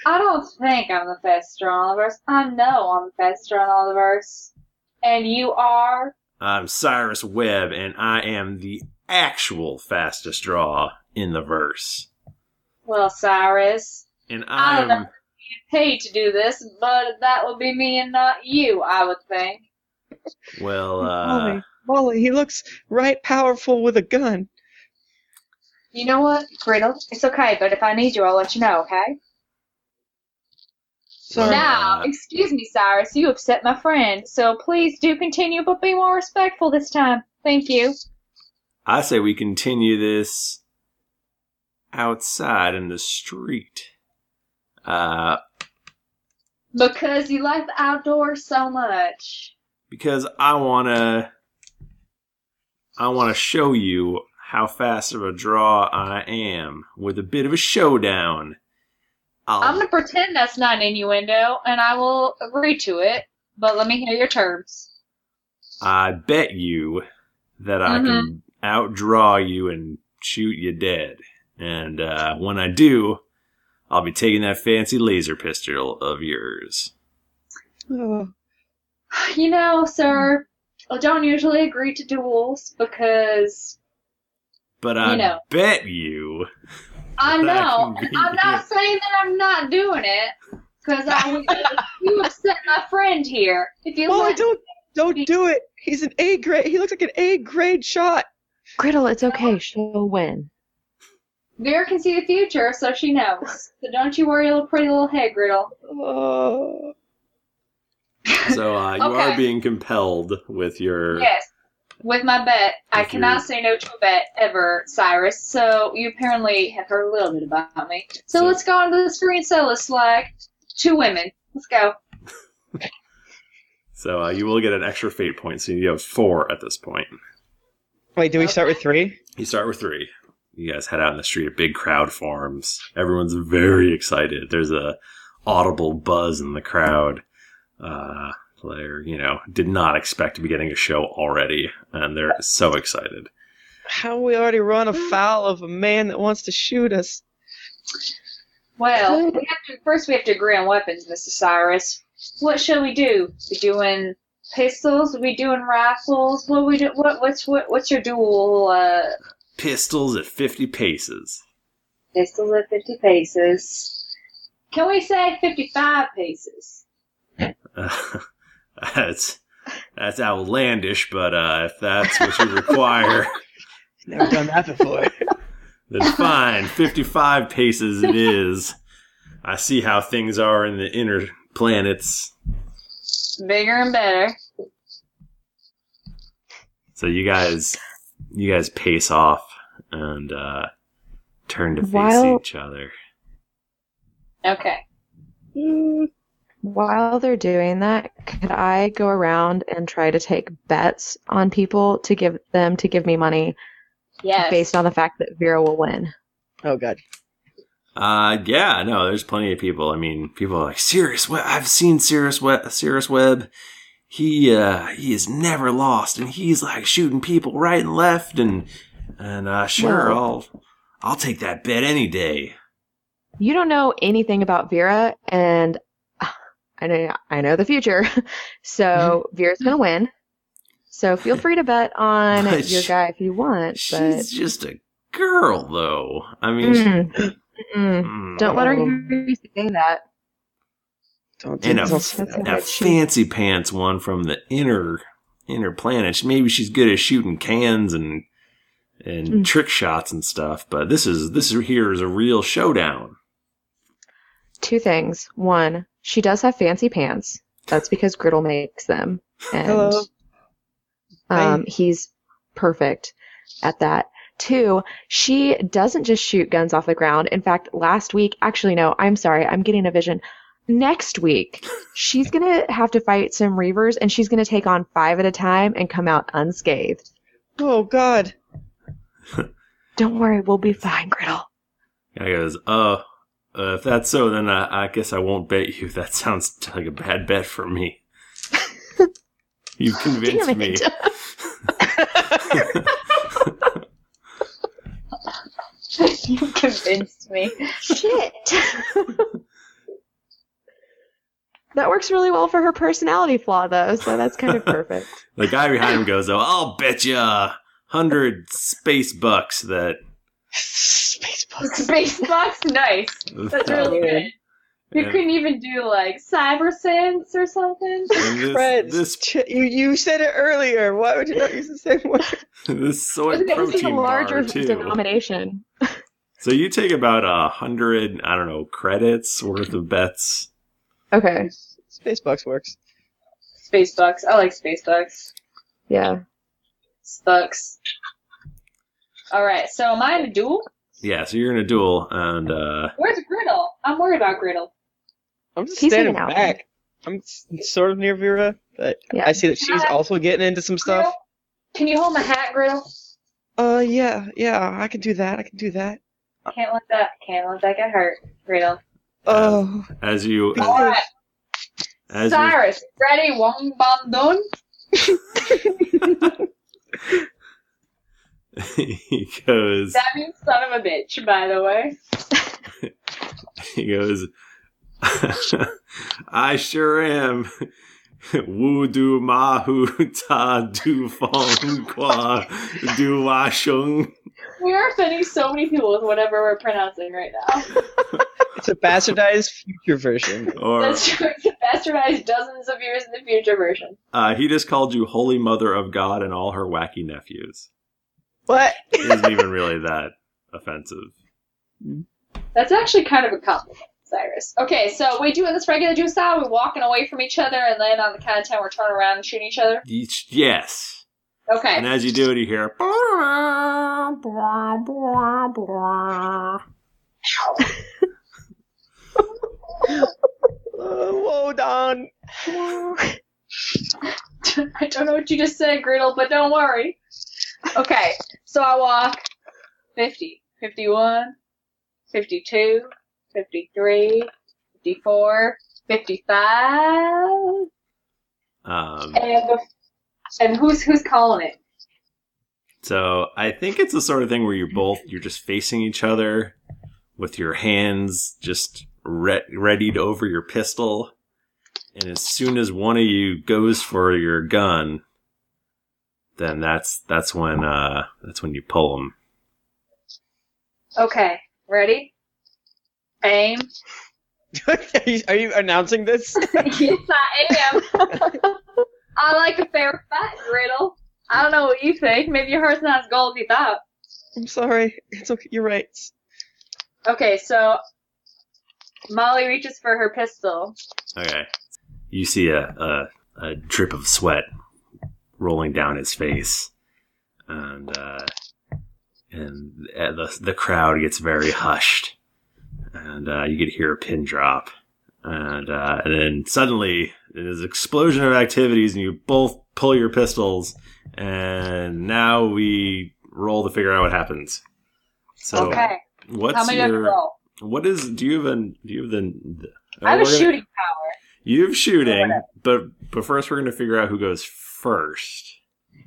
Speaker 6: I don't think I'm the best draw in the verse. I know I'm the best draw in the verse. And you are?
Speaker 3: I'm Cyrus Webb, and I am the actual fastest draw in the verse.
Speaker 6: Well, Cyrus.
Speaker 3: And
Speaker 6: I don't
Speaker 3: I'm,
Speaker 6: paid to do this, but that would be me and not you, I would think.
Speaker 3: well, uh,
Speaker 2: Molly, Molly, he looks right powerful with a gun.
Speaker 6: You know what, Griddle? It's okay, but if I need you, I'll let you know, okay?
Speaker 2: Sorry.
Speaker 3: Nah.
Speaker 6: Now, excuse me, Cyrus, you upset my friend, so please do continue, but be more respectful this time. Thank you.
Speaker 3: I say we continue this outside in the street. Uh,
Speaker 6: Because you like the outdoors so much.
Speaker 3: because I wanna I wanna show you how fast of a draw I am with a bit of a showdown. I'll,
Speaker 6: I'm gonna pretend that's not an innuendo, and I will agree to it, but let me hear your terms.
Speaker 3: I bet you that I can
Speaker 6: Mm-hmm.
Speaker 3: outdraw you and shoot you dead. And uh, when I do, I'll be taking that fancy laser pistol of yours.
Speaker 2: Oh,
Speaker 6: You know, sir, I don't usually agree to duels because
Speaker 3: But I
Speaker 6: You know.
Speaker 3: bet you
Speaker 6: I
Speaker 3: That
Speaker 6: know.
Speaker 3: can be
Speaker 6: I'm not
Speaker 3: it.
Speaker 6: saying that I'm not doing it because I would- you upset my friend here. If you
Speaker 2: Molly,
Speaker 6: let-
Speaker 2: don't, don't do it. He's an A grade. He looks like an A grade shot.
Speaker 5: Griddle, it's okay. She'll win.
Speaker 6: Vera can see the future, so she knows. So don't you worry, little pretty little head griddle.
Speaker 2: Oh.
Speaker 3: so uh, you
Speaker 6: Okay.
Speaker 3: are being compelled with your
Speaker 6: Yes, with my bet, I
Speaker 3: If you-
Speaker 6: cannot say no to a bet ever, Cyrus. So you apparently have heard a little bit about me. So
Speaker 3: So-
Speaker 6: let's go onto the screen. So let's like two women. Let's go.
Speaker 3: So uh, you will get an extra fate point. So you have four at this point.
Speaker 2: Wait, do we start with three?
Speaker 3: You start with three. You guys head out in the street. A big crowd forms. Everyone's very excited. There's a audible buzz in the crowd. Uh, player, you know, did not expect to be getting a show already, and they're so excited.
Speaker 2: How we already run afoul of a man that wants to shoot us.
Speaker 6: Well, we have to, first we have to agree on weapons, Mr. Cyrus. What shall we do? We doing pistols? We doing rifles? What we do? What what's what what's your dual uh,
Speaker 3: Pistols at 50 paces.
Speaker 6: pistols at fifty paces? Can we say fifty-five paces?
Speaker 3: Uh, that's that's outlandish, but uh, if that's what you require,
Speaker 2: Never done that before.
Speaker 3: then fine. Fifty-five paces it is. I see how things are in the inner planets.
Speaker 6: Bigger and better.
Speaker 3: So you guys, you guys pace off and uh, turn to face
Speaker 5: While-
Speaker 3: each other.
Speaker 6: Okay.
Speaker 5: Mm, While they're doing that, could I go around and try to take bets on people to give them to give me money
Speaker 6: Yes.
Speaker 5: based on the fact that Vera will win?
Speaker 2: Oh god.
Speaker 3: Uh, yeah, no, there's plenty of people. I mean, people are like Sirius Web. I've seen Sirius Web. Sirius Web. He uh, he is never lost, and he's like shooting people right and left, and and uh, sure, I'll I'll take that bet any day.
Speaker 5: You don't know anything about Vera, and uh, I know I know the future, so Vera's gonna win. So feel free to bet on
Speaker 3: But
Speaker 5: your
Speaker 3: she-
Speaker 5: guy if you want, but
Speaker 3: She's just a girl, though. I mean, she-
Speaker 5: Mm. Mm.
Speaker 3: mm,
Speaker 5: don't let her
Speaker 2: Oh.
Speaker 5: hear you say that.
Speaker 2: Don't do
Speaker 3: and
Speaker 2: this.
Speaker 3: a,
Speaker 2: I'll
Speaker 5: That's-
Speaker 2: say
Speaker 5: that's
Speaker 2: that.
Speaker 5: how
Speaker 3: a
Speaker 5: it should-
Speaker 3: fancy pants one from the inner inner planet. She- Maybe she's good at shooting cans and and
Speaker 5: Mm.
Speaker 3: trick shots and stuff, but this is this here is a real showdown.
Speaker 5: Two things. One, she does have fancy pants. That's because Griddle makes them, and
Speaker 2: Hello.
Speaker 5: um, he's perfect at that. Two, she doesn't just shoot guns off the ground. In fact, last week, actually, no, I'm sorry, I'm getting a vision. Next week, she's gonna have to fight some reavers, and she's gonna take on five at a time and come out unscathed.
Speaker 2: Oh god.
Speaker 5: Don't worry, we'll be fine, Griddle.
Speaker 3: Guy goes, uh, uh, if that's so, then I, I guess I won't bet you. That sounds like a bad bet for me. You've convinced
Speaker 5: Damn
Speaker 3: me.
Speaker 5: it.
Speaker 6: you convinced me.
Speaker 5: Shit. that works really well for her personality flaw, though, so that's kind of perfect.
Speaker 3: The guy behind him goes, oh, I'll bet you a hundred space bucks that.
Speaker 2: Spaceball.
Speaker 6: Space box, nice. That's really good. You
Speaker 3: Yeah.
Speaker 6: couldn't even do like cyber sense or something.
Speaker 3: and
Speaker 2: Friends,
Speaker 3: this, this
Speaker 2: ch- you you said it earlier. Why would you not use the same word?
Speaker 3: this soy
Speaker 5: That was a
Speaker 3: protein
Speaker 5: larger
Speaker 3: bar too.
Speaker 5: denomination.
Speaker 3: So you take about a hundred, I don't know, credits worth of bets.
Speaker 5: Okay.
Speaker 2: Spacebox works.
Speaker 6: Space bucks. I like space bucks.
Speaker 5: Yeah.
Speaker 6: Bucks. All right. So am I in a duel?
Speaker 3: Yeah, so you're in a duel, and uh,
Speaker 6: Where's Griddle? I'm worried about Griddle.
Speaker 2: I'm just
Speaker 5: He's
Speaker 2: standing
Speaker 5: hanging out.
Speaker 2: back. I'm s- sort of near Vera, but
Speaker 5: Yeah.
Speaker 2: I see that she's also getting into some stuff.
Speaker 6: Griddle, can you hold my hat, Griddle?
Speaker 2: Uh, yeah, yeah, I can do that. I can do that.
Speaker 6: Can't let that. Can't let that get hurt, Griddle.
Speaker 2: Oh,
Speaker 3: as you
Speaker 6: All right,
Speaker 3: as you
Speaker 6: Cyrus, ready? One bomb done.
Speaker 3: he goes,
Speaker 6: That means son of a bitch, by the way.
Speaker 3: he goes, I sure am. Wu du ma hu ta du fong qua du wa shung.
Speaker 6: We are offending so many people with whatever we're pronouncing right now.
Speaker 2: it's a bastardized future version.
Speaker 3: Or
Speaker 6: That's true. It's bastardized dozens of years in the future version.
Speaker 3: uh, he just called you Holy Mother of God and all her wacky nephews.
Speaker 2: What?
Speaker 3: It isn't even really that offensive.
Speaker 6: That's actually kind of a compliment, Cyrus. Okay, so we do this regular juice style. We're walking away from each other, and then on the content, we're turning around and shooting each other.
Speaker 3: Each- Yes. And
Speaker 6: Okay.
Speaker 3: as you do it, you hear.
Speaker 2: Oh, hold on.
Speaker 6: I don't know what you just said, Griddle, but don't worry. Okay, so I walk 50, 51, 52, 53, 54, 55,
Speaker 3: Um,
Speaker 4: And, the, and who's who's calling it?
Speaker 3: so I think it's the sort of thing where you're both you're just facing each other with your hands just re- readied over your pistol, and as soon as one of you goes for your gun, then that's that's when uh, that's when you pull them.
Speaker 4: Okay, ready? Aim.
Speaker 2: are, you, are you announcing this?
Speaker 4: yes, I am. I like a fair fight, Riddle. I don't know what you think. Maybe your heart's not as gold as you thought.
Speaker 2: I'm sorry. It's okay. You're right.
Speaker 4: Okay, so Molly reaches for her pistol.
Speaker 3: Okay. You see a, a, a drip of sweat rolling down his face. And, uh, and uh, the, the crowd gets very hushed. And uh, you could hear a pin drop. And, uh, and then suddenly there's an explosion of activities, and you both pull your pistols. And now we roll to figure out what happens. So,
Speaker 4: okay,
Speaker 3: what's
Speaker 4: how many do I
Speaker 3: your
Speaker 4: roll?
Speaker 3: what is do you have an do you have the
Speaker 4: I have a
Speaker 3: Oh, we're gonna-
Speaker 4: shooting power.
Speaker 3: you have shooting,
Speaker 4: Whatever.
Speaker 3: but but first we're gonna figure out who goes first.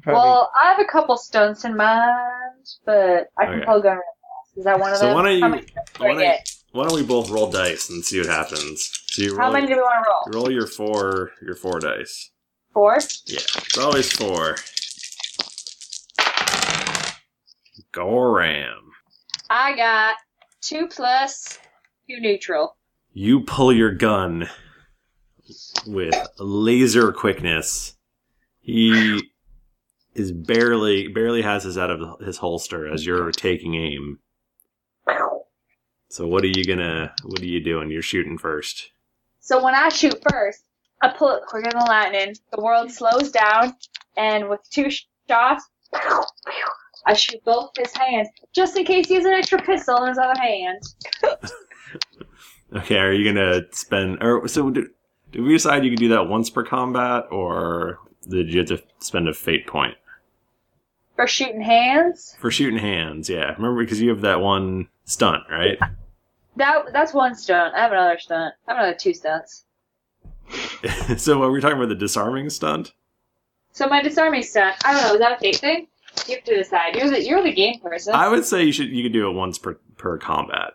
Speaker 4: Well, I have a couple stunts in mind, but I can
Speaker 3: Okay.
Speaker 4: pull a gun real fast. Is that one of
Speaker 3: So
Speaker 4: them?
Speaker 3: why don't
Speaker 4: how
Speaker 3: you-
Speaker 4: many, stunts do I
Speaker 3: Why don't,
Speaker 4: get?
Speaker 3: why don't we both roll dice and see what happens? So you roll,
Speaker 4: how many do we want to roll?
Speaker 3: roll your four your four dice.
Speaker 4: Four?
Speaker 3: Yeah, it's always four. Goram,
Speaker 4: I got two plus, two neutral.
Speaker 3: you pull your gun with laser quickness. He is barely barely has his out of his holster as you're taking aim. So what are you gonna? What are you doing? You're shooting first.
Speaker 4: So when I shoot first, I pull it quicker than lightning. The world slows down, and with two sh- shots, I shoot both his hands, just in case he has an extra pistol in his other hand.
Speaker 3: Okay, are you gonna spend? Or so did, did we decide you could do that once per combat, or did you have to spend a fate point
Speaker 4: For shooting hands,
Speaker 3: for shooting hands? Yeah, remember because you have that one stunt, right?
Speaker 4: that that's one stunt. I have another stunt. I have another two stunts.
Speaker 3: so are we talking about the disarming stunt?
Speaker 4: So my disarming stunt, I don't know, is that a fate thing? You have to decide. You're the you're the game person.
Speaker 3: I would say you should you could do it once per per combat.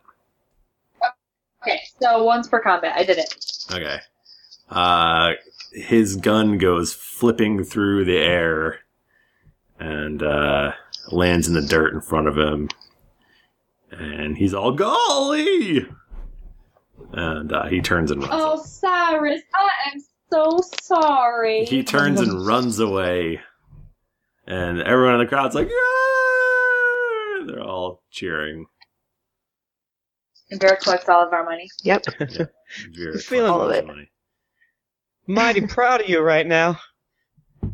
Speaker 4: okay, so once per combat, I did it.
Speaker 3: Okay. Uh, his gun goes flipping through the air and uh, lands in the dirt in front of him. And he's all golly! And uh, he turns and runs.
Speaker 4: Oh, Cyrus, I am so sorry.
Speaker 3: He turns and runs away. And everyone in the crowd's like, yeah! They're all cheering.
Speaker 4: And Bear collects all of our money.
Speaker 5: Yep.
Speaker 3: Vera
Speaker 2: Feeling
Speaker 5: all of
Speaker 3: collects
Speaker 5: it.
Speaker 3: money.
Speaker 2: Mighty proud of you right now.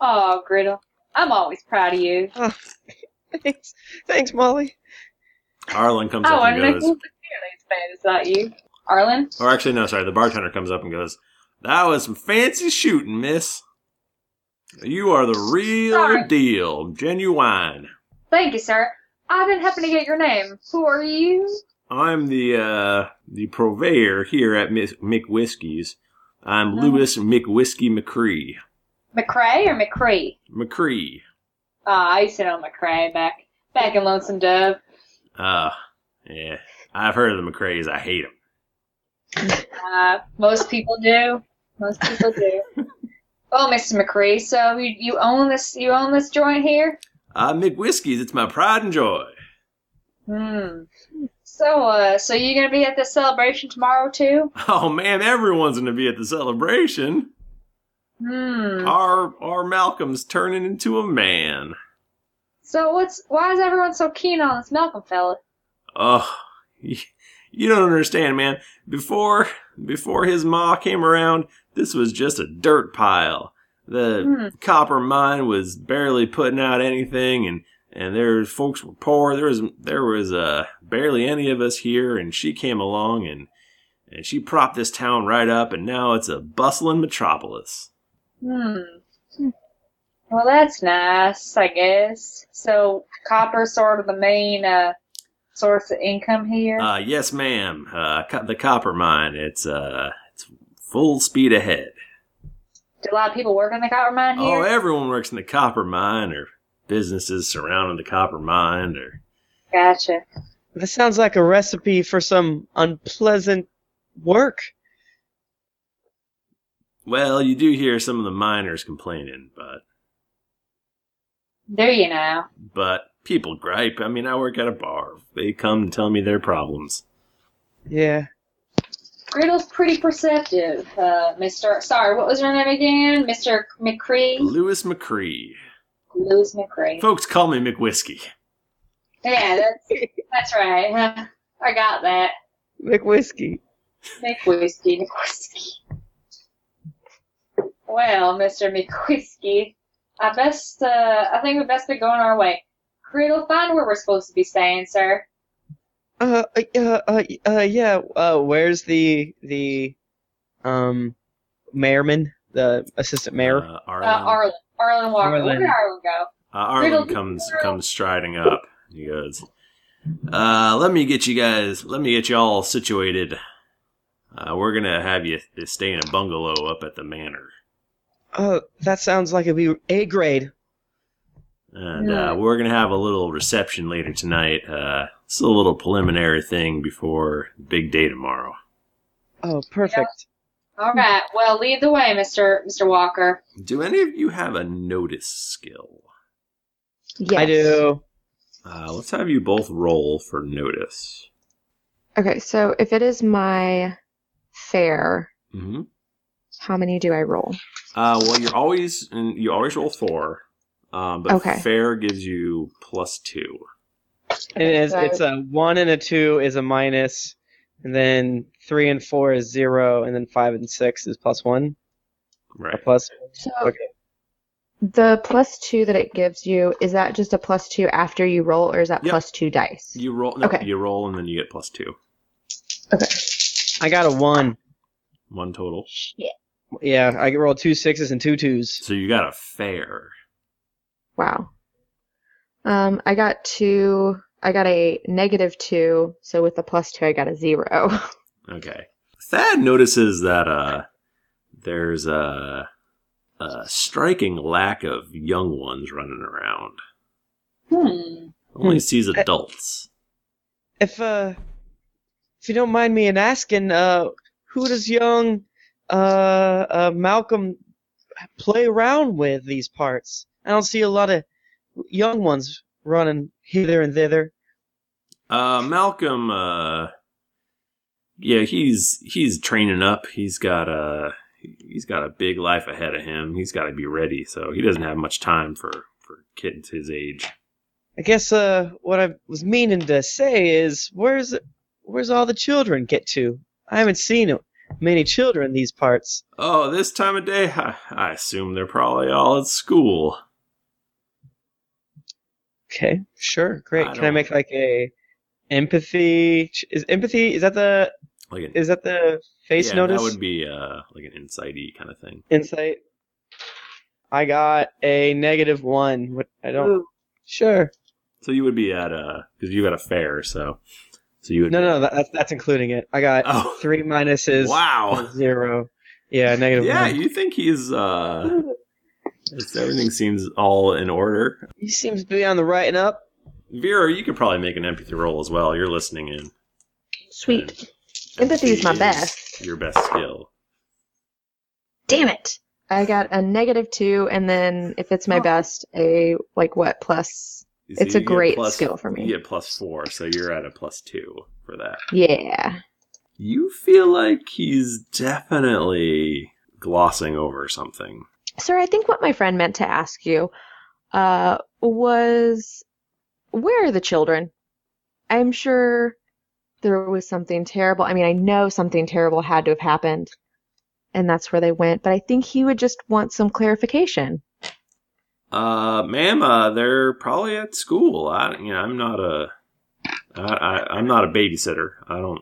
Speaker 4: Oh, Griddle, I'm always proud of you.
Speaker 2: Thanks, thanks, Molly.
Speaker 3: Arlen comes
Speaker 4: Oh,
Speaker 3: up and
Speaker 4: and
Speaker 3: goes,
Speaker 4: Nicholas clearly is bad. It's not you, Arlen.
Speaker 3: Or actually, no, sorry. The bartender comes up and goes, "That was some fancy shooting, miss. You are the real
Speaker 4: Sorry.
Speaker 3: deal, genuine.
Speaker 4: Thank you, sir. I didn't happen to get your name. Who are you?
Speaker 3: I'm the uh, the purveyor here at Miss McWhiskey's. I'm
Speaker 4: Oh.
Speaker 3: Lewis McWhiskey McCree.
Speaker 4: McCray or McCree?
Speaker 3: McCree.
Speaker 4: Ah, I used to know McCray back back in Lonesome Dove.
Speaker 3: Uh, yeah. I've heard of the McCrays. I hate them.
Speaker 4: Uh, most people do. Most people do. oh, Mr. McCree, so you, you own this you own this joint here?
Speaker 3: Uh, McWhiskey's. It's my pride and joy.
Speaker 4: Hmm. So uh so you gonna be at this celebration tomorrow too?
Speaker 3: Oh man, everyone's gonna be at the celebration.
Speaker 4: Hmm.
Speaker 3: Our our Malcolm's turning into a man."
Speaker 4: So what's why is everyone so keen on this Malcolm fella?
Speaker 3: Oh, you you don't understand, man. Before before his ma came around, this was just a dirt pile. The
Speaker 4: Hmm.
Speaker 3: copper mine was barely putting out anything, and and there folks were poor. There was there was uh, barely any of us here, and she came along and and she propped this town right up, and now it's a bustling metropolis.
Speaker 4: Hmm. Well that's nice, I guess. So copper's sort of the main uh source of income here.
Speaker 3: Uh, yes, ma'am. Uh, co- the copper mine. It's uh, it's full speed ahead.
Speaker 6: Do a lot of people work in the copper mine here?
Speaker 3: Oh, everyone works in the copper mine or businesses surrounding the copper mine or
Speaker 6: gotcha.
Speaker 2: This sounds like a recipe for some unpleasant work.
Speaker 3: well, you do hear some of the miners complaining, but
Speaker 6: There you know.
Speaker 3: but people gripe. I mean, I work at a bar. They come and tell me their problems.
Speaker 2: Yeah.
Speaker 6: Griddle's pretty perceptive, uh, Mr. Sorry, what was her name again? Mr. McCree?
Speaker 3: Lewis McCree.
Speaker 6: Louis McCree.
Speaker 3: Folks call me McWhiskey.
Speaker 6: Yeah, that's, that's right. huh? I got that.
Speaker 2: McWhiskey.
Speaker 6: McWhiskey, McWhiskey. Well, Mr. McWhiskey, I best, uh, I think we best be going our way. Griddle, find where we're supposed to be staying, sir.
Speaker 2: Uh, uh, uh, uh, yeah. Uh, where's the the um mayorman, the assistant mayor?
Speaker 3: Uh,
Speaker 6: Uh,
Speaker 3: Arlen. Uh,
Speaker 6: Arlen. Arlen Walker. Where
Speaker 2: Arlen.
Speaker 6: did Arlen go?
Speaker 3: Arlen
Speaker 6: Riddle-
Speaker 3: Uh, comes comes striding up. He goes, uh, "Let me get you guys. Let me get you all situated. Uh, we're gonna have you stay in a bungalow up at the manor."
Speaker 2: Oh, that sounds like it'd be A grade.
Speaker 3: And uh, we're going to have a little reception later tonight. Uh, it's a little preliminary thing before the big day tomorrow.
Speaker 2: Oh, perfect.
Speaker 6: All right. Well, lead the way, Mr. Mr. Walker.
Speaker 3: Do any of you have a notice skill?
Speaker 5: Yes.
Speaker 2: I do.
Speaker 3: Uh, let's have you both roll for notice.
Speaker 5: Okay, so if it is my fair,
Speaker 3: Mm-hmm.
Speaker 5: how many do I roll?
Speaker 3: Uh, well, you're always and you always roll four, um, but
Speaker 5: Okay.
Speaker 3: fair gives you plus two.
Speaker 2: And it's,
Speaker 5: so-
Speaker 2: it's a one and a two is a minus, and then three and four is zero, and then five and six is plus one. Or
Speaker 3: Right.
Speaker 2: plus.
Speaker 5: So
Speaker 2: Okay.
Speaker 5: the plus two that it gives you is that just a plus two after you roll, or is that
Speaker 3: Yep.
Speaker 5: plus two dice?
Speaker 3: You roll. No,
Speaker 5: Okay.
Speaker 3: You roll and then you get plus two.
Speaker 2: I got a one.
Speaker 3: One total.
Speaker 2: Yeah, I rolled two sixes and two twos.
Speaker 3: So you got a fair.
Speaker 5: Wow. Um, I got two. I got a negative two. So with the plus two, I got a zero.
Speaker 3: Okay. Thad notices that uh, there's a, a striking lack of young ones running around.
Speaker 6: Hmm.
Speaker 3: Only sees adults.
Speaker 2: If uh, if you don't mind me in asking, uh, who does young uh, uh Malcolm play around with these parts? I don't see a lot of young ones running hither and thither.
Speaker 3: Uh, Malcolm, uh, yeah, he's he's training up. He's got a he's got a big life ahead of him. He's got to be ready. So he doesn't have much time for for kids his age.
Speaker 2: I guess uh, what I was meaning to say is, where's where's all the children get to? I haven't seen many children in these parts.
Speaker 3: Oh, this time of day, I, I assume they're probably all at school.
Speaker 2: Okay, sure, great.
Speaker 3: I
Speaker 2: Can I
Speaker 3: don't-
Speaker 2: make like a empathy? ch- Is empathy? Is that the
Speaker 3: Like an
Speaker 2: is that the face
Speaker 3: yeah,
Speaker 2: notice
Speaker 3: That would be uh, like an insighty kind of thing.
Speaker 2: insight? I got a negative one. What I don't.
Speaker 6: Ooh.
Speaker 2: Sure.
Speaker 3: So you would be at a because you got a fair, so so you would.
Speaker 2: No, no, that, that's that's including it. I got
Speaker 3: Oh.
Speaker 2: three minuses.
Speaker 3: wow.
Speaker 2: Zero. Yeah, negative
Speaker 3: Yeah,
Speaker 2: one.
Speaker 3: you think he's uh, it's- everything seems all in order.
Speaker 2: He seems to be on the right and up.
Speaker 3: Vera, you could probably make an empathy roll as well. You're listening in.
Speaker 5: Sweet. Empathy is my best.
Speaker 3: Your best skill.
Speaker 5: Damn it! I got a negative two, and then if
Speaker 3: Oh.
Speaker 5: it's my best, a like what plus?
Speaker 3: So
Speaker 5: It's a
Speaker 3: you get
Speaker 5: great
Speaker 3: plus-
Speaker 5: skill for me.
Speaker 3: You get plus four, so you're at a plus two for that.
Speaker 5: Yeah.
Speaker 3: You feel like he's definitely glossing over something.
Speaker 5: Sir, I think what my friend meant to ask you uh, was where are the children? I'm sure there was something terrible. I mean, I know something terrible had to have happened, and that's where they went, but I think he would just want some clarification.
Speaker 3: Uh, ma'am, uh, they're probably at school. I, you know, I'm not a, I, I, I'm not a babysitter. I don't.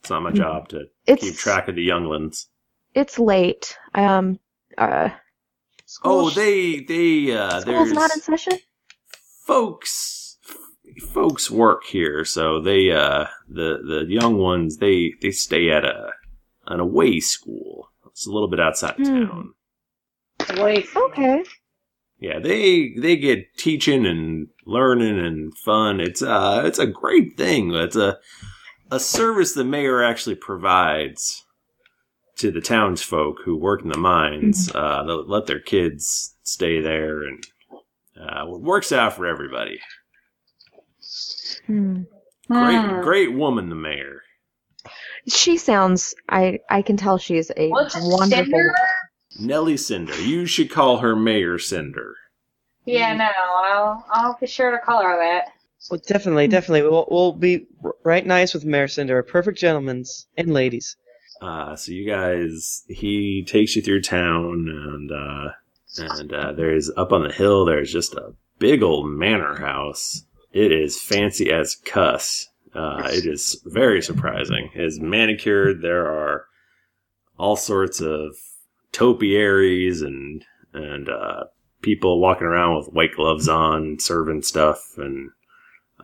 Speaker 3: It's not my
Speaker 5: Hmm.
Speaker 3: job to
Speaker 5: It's,
Speaker 3: keep track of the younglings.
Speaker 5: It's late. Um, uh,
Speaker 3: Oh,
Speaker 5: school's-
Speaker 3: they, they, uh,
Speaker 5: school's
Speaker 3: there's
Speaker 5: not in session?
Speaker 3: folks. Folks work here, so they, uh, the the young ones, they they stay at a an away school. It's a little bit outside of
Speaker 5: Hmm.
Speaker 3: town.
Speaker 4: Life.
Speaker 5: Okay.
Speaker 3: Yeah, they they get teaching and learning and fun. It's uh it's a great thing. It's a a service the mayor actually provides to the townsfolk who work in the mines. Uh, they let their kids stay there, and uh, it works out for everybody.
Speaker 5: Hmm.
Speaker 3: Great,
Speaker 4: Hmm.
Speaker 3: great woman, the mayor.
Speaker 5: She sounds. I I can tell she's a
Speaker 4: What's
Speaker 5: wonderful.
Speaker 4: Cinder?
Speaker 3: Nellie Cinder. You should call her Mayor Cinder.
Speaker 4: Yeah, no, I'll I'll be sure to call her that.
Speaker 2: Well, definitely, definitely. We'll, we'll be r- right nice with Mayor Cinder. Perfect gentlemen's and ladies.
Speaker 3: Uh, so you guys, he takes you through town, and uh, and uh, there's up on the hill. There's just a big old manor house. It is fancy as cuss. Uh, it is very surprising. It is manicured. There are all sorts of topiaries and and uh, people walking around with white gloves on, serving stuff, and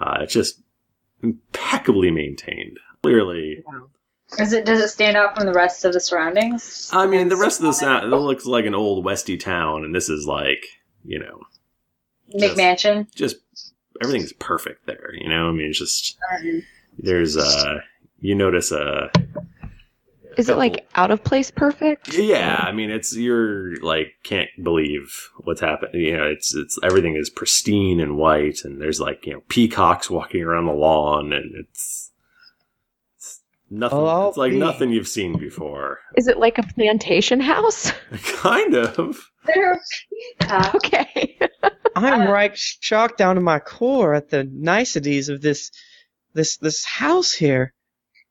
Speaker 3: uh, it's just impeccably maintained. Clearly,
Speaker 4: Is it does it stand out from the rest of the surroundings?
Speaker 3: I mean, the rest of the sound it looks like an old westy town, and this is like you know,
Speaker 4: McMansion.
Speaker 3: just everything's perfect there. You know, I mean, it's just
Speaker 4: Um,
Speaker 3: there's uh you notice uh
Speaker 5: Is it like out of place? Perfect.
Speaker 3: yeah, I mean, it's you're like can't believe what's happening. You know, it's it's everything is pristine and white, and there's like you know peacocks walking around the lawn, and it's. it's Nothing.
Speaker 2: Hello?
Speaker 3: it's like
Speaker 2: Bee.
Speaker 3: nothing you've seen before.
Speaker 5: Is it like a plantation house?
Speaker 3: kind of.
Speaker 4: there- uh,
Speaker 5: Okay.
Speaker 2: I'm
Speaker 4: Uh,
Speaker 2: right shocked down to my core at the niceties of this this this house here.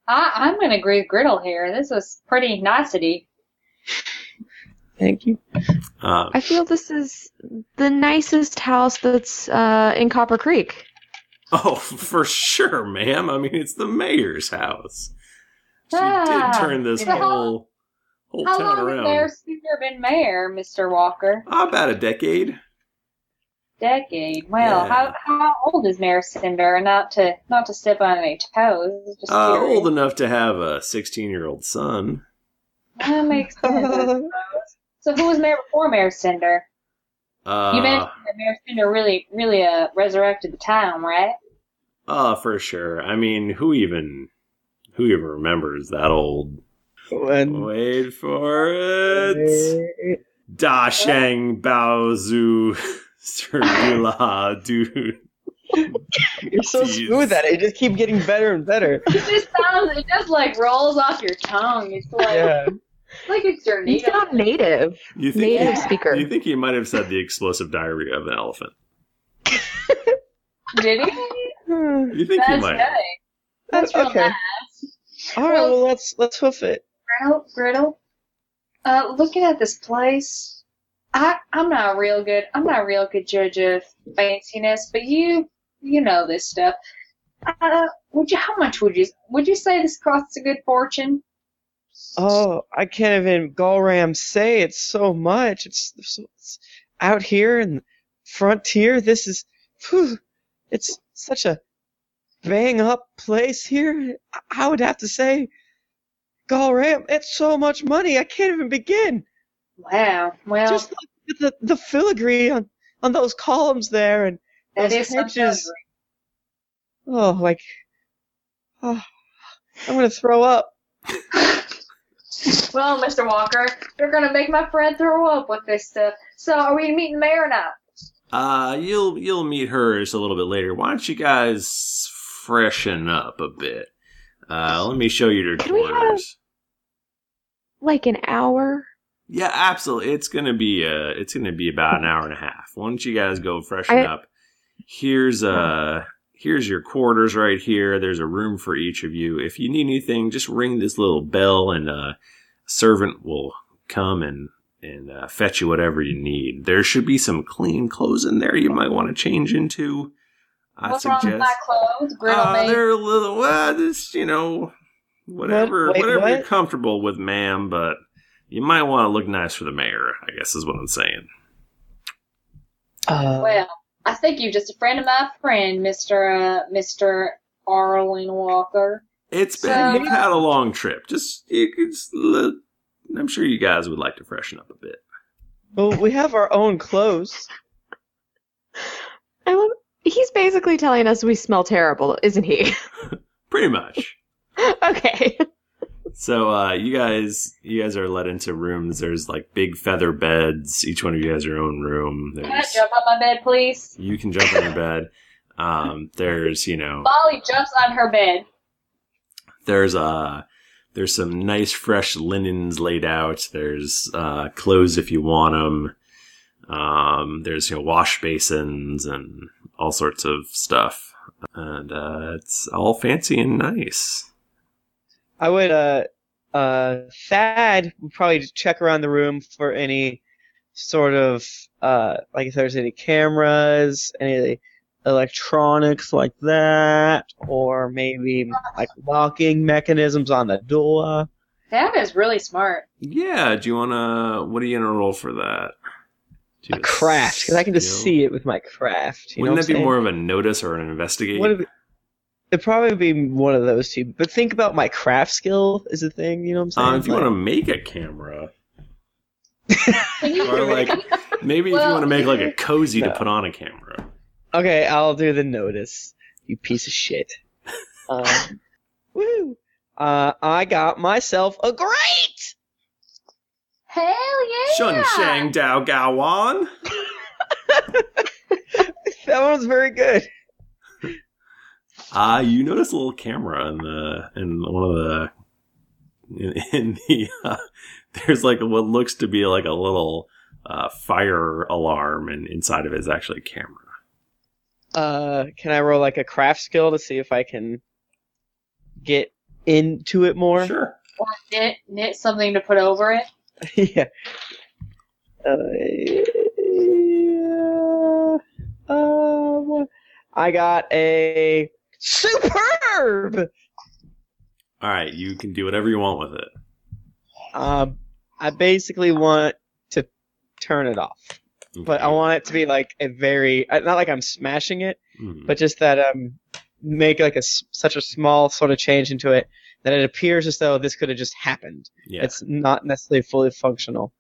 Speaker 4: I, I'm gonna agree with Griddle here. This is pretty nicety.
Speaker 2: Thank you.
Speaker 3: Um,
Speaker 5: I feel this is the nicest house that's uh, in Copper Creek.
Speaker 3: Oh, for sure, ma'am. I mean, it's the mayor's house. She
Speaker 4: Ah,
Speaker 3: did turn this
Speaker 4: yeah.
Speaker 3: whole whole
Speaker 4: How
Speaker 3: town
Speaker 4: long has Mayor
Speaker 3: around.
Speaker 4: Cinder been mayor, Mr. Walker?
Speaker 3: About a decade.
Speaker 4: Decade.
Speaker 3: Yeah.
Speaker 4: Well, how how old is Mayor Cinder? Not to not to step on any toes. Just
Speaker 3: Uh,
Speaker 4: curious.
Speaker 3: old enough to have a 16 year old son.
Speaker 4: That makes sense. so who was mayor before Mayor Cinder? You
Speaker 3: Uh,
Speaker 4: mentioned that Mayor Cinder really, really uh, resurrected the town, right?
Speaker 3: uh, for sure. I mean, who even who even remembers that old?
Speaker 2: And-
Speaker 3: Wait for it. Da Shang Bao Zhu Sir Gula Du.
Speaker 2: You're so
Speaker 3: Jeez.
Speaker 2: smooth at it. You just keep getting better and better.
Speaker 4: It just sounds, it just like rolls off your tongue. It's like,
Speaker 2: Yeah.
Speaker 4: like it's your
Speaker 5: You
Speaker 4: native.
Speaker 5: sound native,
Speaker 3: You think
Speaker 5: native
Speaker 4: Yeah.
Speaker 5: speaker.
Speaker 3: you think he might have said the explosive diarrhea of an elephant?
Speaker 4: Did he?
Speaker 2: Hmm.
Speaker 3: You think he
Speaker 4: That's
Speaker 3: might?
Speaker 4: good. That's real
Speaker 2: Uh, okay.
Speaker 4: nice.
Speaker 2: All right. Well, let's let's hoof it.
Speaker 4: Griddle, griddle. Uh, looking at this place, I I'm not a real good. I'm not a real good judge of fanciness, but you you know this stuff. Uh, would you? How much would you? Would you say this costs a good fortune?
Speaker 2: Oh, I can't even Galram say it's so much. It's, it's out here in the frontier. This is, phew, it's such a bang up place here. I- I would have to say, Galram, it's so much money. I can't even begin.
Speaker 4: Wow. Well,
Speaker 2: Just look at the the filigree on on those columns there, and
Speaker 4: that
Speaker 2: those
Speaker 4: is something.
Speaker 2: hedges. oh, like, oh, I'm gonna throw up.
Speaker 4: Well, Mr. Walker, you're gonna make my friend throw up with this stuff. So, are we meeting Mayor or not?
Speaker 3: Uh, you'll you'll meet her just a little bit later. Why don't you guys freshen up a bit? Uh, let me show you your
Speaker 5: Can we have-
Speaker 3: quarters.
Speaker 5: like an hour.
Speaker 3: Yeah, absolutely. It's gonna be uh, it's gonna be about an hour and a half. Why don't you guys go freshen
Speaker 5: I-
Speaker 3: up? Here's uh, here's your quarters right here. There's a room for each of you. If you need anything, just ring this little bell, and uh, servant will come and and uh, fetch you whatever you need. There should be some clean clothes in there you might want to change into. I
Speaker 4: What's
Speaker 3: suggest
Speaker 4: wrong with my clothes? Griddle
Speaker 3: uh,
Speaker 4: made.
Speaker 3: they're a little well, just you know, whatever,
Speaker 2: What? Wait,
Speaker 3: whatever you're
Speaker 2: what?
Speaker 3: comfortable with, ma'am. But you might want to look nice for the mayor. I guess is what I'm saying.
Speaker 2: Uh,
Speaker 4: Well, I think you're just a friend of my friend, Mister uh, Mister Arlen Walker.
Speaker 3: It's been
Speaker 4: So-
Speaker 3: you've had a long trip. Just you could. s- l- I'm sure you guys would like to freshen up a bit.
Speaker 2: Well, we have our own clothes.
Speaker 5: I love. He's basically telling us we smell terrible, isn't he?
Speaker 3: Pretty much.
Speaker 5: okay.
Speaker 3: So uh, you guys, you guys are led into rooms. There's like big feather beds. Each one of you has your own room.
Speaker 4: Can I
Speaker 3: There's,
Speaker 4: jump on my bed, please?
Speaker 3: you can jump on your bed. Um, there's you know,
Speaker 4: Molly jumps on her bed.
Speaker 3: there's uh, there's some nice fresh linens laid out. There's uh, clothes if you want them. Um, there's you know wash basins and all sorts of stuff, and uh, it's all fancy and nice.
Speaker 2: I would, uh, uh, Thad would probably check around the room for any sort of, uh, like if there's any cameras, any electronics like that, or maybe like locking mechanisms on the door.
Speaker 4: That is really smart.
Speaker 3: Yeah. Do you wanna? What are you gonna roll for that? Do
Speaker 2: A craft, because I can just
Speaker 3: skill?
Speaker 2: see it with my craft. You know
Speaker 3: Wouldn't
Speaker 2: what
Speaker 3: that be
Speaker 2: I'm saying?
Speaker 3: more of a notice or an investigate?
Speaker 2: What if it'd probably be one of those two. But think about my craft skill is a thing. You know what I'm saying?
Speaker 3: um, if you
Speaker 2: Like-
Speaker 3: want to make a camera,
Speaker 4: Can you
Speaker 3: or like maybe if you
Speaker 4: Well-
Speaker 3: want to make like a cozy
Speaker 2: No.
Speaker 3: to put on a camera.
Speaker 2: Okay, I'll do the notice. You piece of shit. Um, woo! Uh, I got myself a great.
Speaker 4: Hell yeah!
Speaker 3: Shun Shang Dao Gao Wan.
Speaker 2: That one's very good.
Speaker 3: Uh, you notice a little camera in the in one of the in, in the uh, there's like what looks to be like a little uh, fire alarm, and inside of it is actually a camera.
Speaker 2: Uh, can I roll like a craft skill to see if I can get into it more?
Speaker 3: Sure.
Speaker 4: Knit, knit something to put over it.
Speaker 2: yeah. Uh, yeah. Um, I got a superb.
Speaker 3: All right, you can do whatever you want with it.
Speaker 2: Um, I basically want to turn it off, but I want it to be like a very uh, not like I'm smashing it,
Speaker 3: Mhm.
Speaker 2: but just that um make like a s- such a small sort of change into it that it appears as though this could have just happened.
Speaker 3: yeah,
Speaker 2: It's not necessarily fully functional.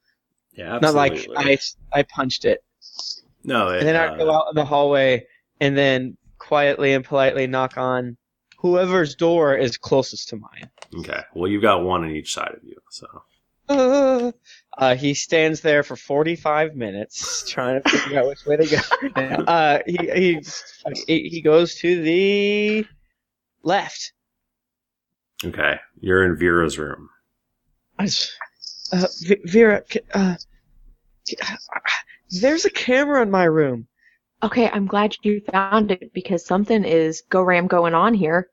Speaker 3: yeah, absolutely.
Speaker 2: Not like I s- I punched it.
Speaker 3: no, it,
Speaker 2: And then
Speaker 3: uh,
Speaker 2: I go out in the hallway and then quietly and politely knock on whoever's door is closest to mine.
Speaker 3: Okay. Well, you've got one on each side of you. So
Speaker 2: Uh, uh, he stands there for 45 minutes trying to figure out which way to go. Uh, he, he, he he goes to the left.
Speaker 3: okay, you're in Vera's room.
Speaker 2: I s- Uh, V- Vera, c- uh, c- there's a camera in my room.
Speaker 5: Okay, I'm glad you found it because something is go ram going on here.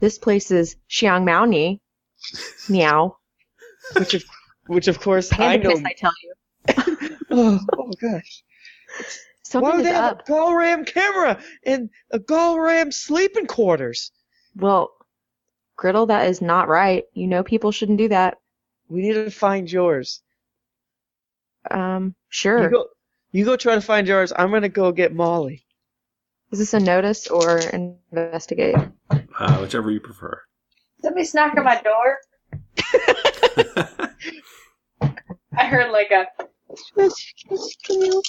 Speaker 5: This place is Xiang Mao Ni. Meow.
Speaker 2: Which of, which of course I
Speaker 5: Panda
Speaker 2: know.
Speaker 5: kiss, I tell you.
Speaker 2: oh, oh gosh. Why
Speaker 5: Something
Speaker 2: would
Speaker 5: is
Speaker 2: they have
Speaker 5: up.
Speaker 2: a Golram camera in a Golram sleeping quarters?
Speaker 5: Well, Griddle, that is not right. You know people shouldn't do that.
Speaker 2: We need to find yours.
Speaker 5: Um,
Speaker 2: You
Speaker 5: sure.
Speaker 2: go, you go try to find yours. I'm gonna go get Molly.
Speaker 5: Is this a notice or investigate?
Speaker 3: Uh, whichever you prefer.
Speaker 4: Somebody's knocking my door. I heard like a
Speaker 5: Can you?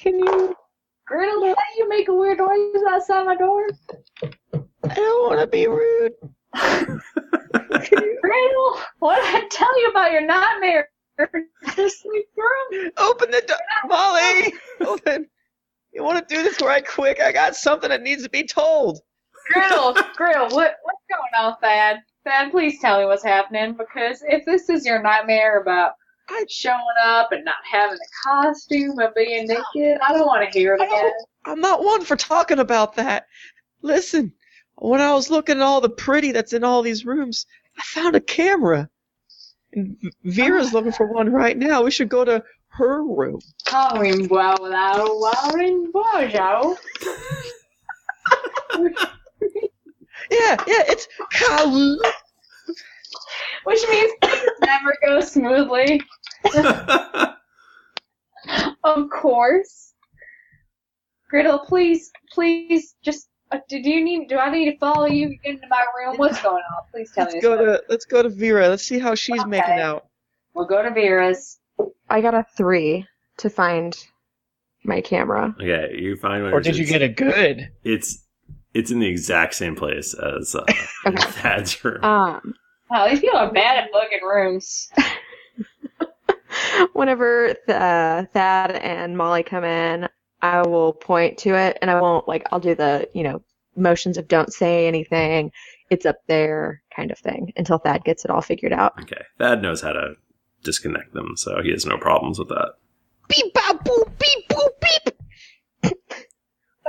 Speaker 5: Can you?
Speaker 4: griddle. Why do you make a weird noise outside my door?
Speaker 2: I don't want to be rude.
Speaker 4: Griddle, what did I tell you about your nightmare? Just sleep through.
Speaker 2: Open the door, Molly. Open. You want to do this right quick? I got something that needs to be told.
Speaker 4: Griddle, griddle. What what's going on, Thad? Thad, please tell me what's happening because if this is your nightmare about
Speaker 2: I-
Speaker 4: showing up and not having a costume and being naked, I don't want to hear it
Speaker 2: I don't-
Speaker 4: again.
Speaker 2: I'm not one for talking about that. Listen, when I was looking at all the pretty that's in all these rooms, I found a camera. And V-
Speaker 5: Oh.
Speaker 2: Vera's looking for one right now. We should go to her room.
Speaker 4: Coloring wow wow wow wow
Speaker 2: Yeah, yeah, it's Kal.
Speaker 4: which means things never go smoothly. Of course. Griddle, please, please, just uh, do you need? Do I need to follow you into my room? What's going on? Please tell me.
Speaker 2: Let's
Speaker 4: this.
Speaker 2: go to let's go to Vera. Let's see how she's making
Speaker 4: Okay.
Speaker 2: out.
Speaker 4: we'll go to Vera's.
Speaker 5: I got a three. to find my camera.
Speaker 3: Okay, you find one.
Speaker 2: Or did you
Speaker 3: It's-
Speaker 2: get a good?
Speaker 3: It's it's in the exact same place as uh,
Speaker 5: Okay.
Speaker 3: Thad's room.
Speaker 2: Uh,
Speaker 5: Um,
Speaker 4: Wow, these people are bad at booking rooms.
Speaker 5: whenever th- uh, Thad and Molly come in, I will point to it, and I won't like. I'll do the you know motions of don't say anything. It's up there, kind of thing, until Thad gets it all figured out.
Speaker 3: okay, Thad knows how to disconnect them, so he has no problems with that.
Speaker 5: Beep, bop, boop, beep, boop, beep.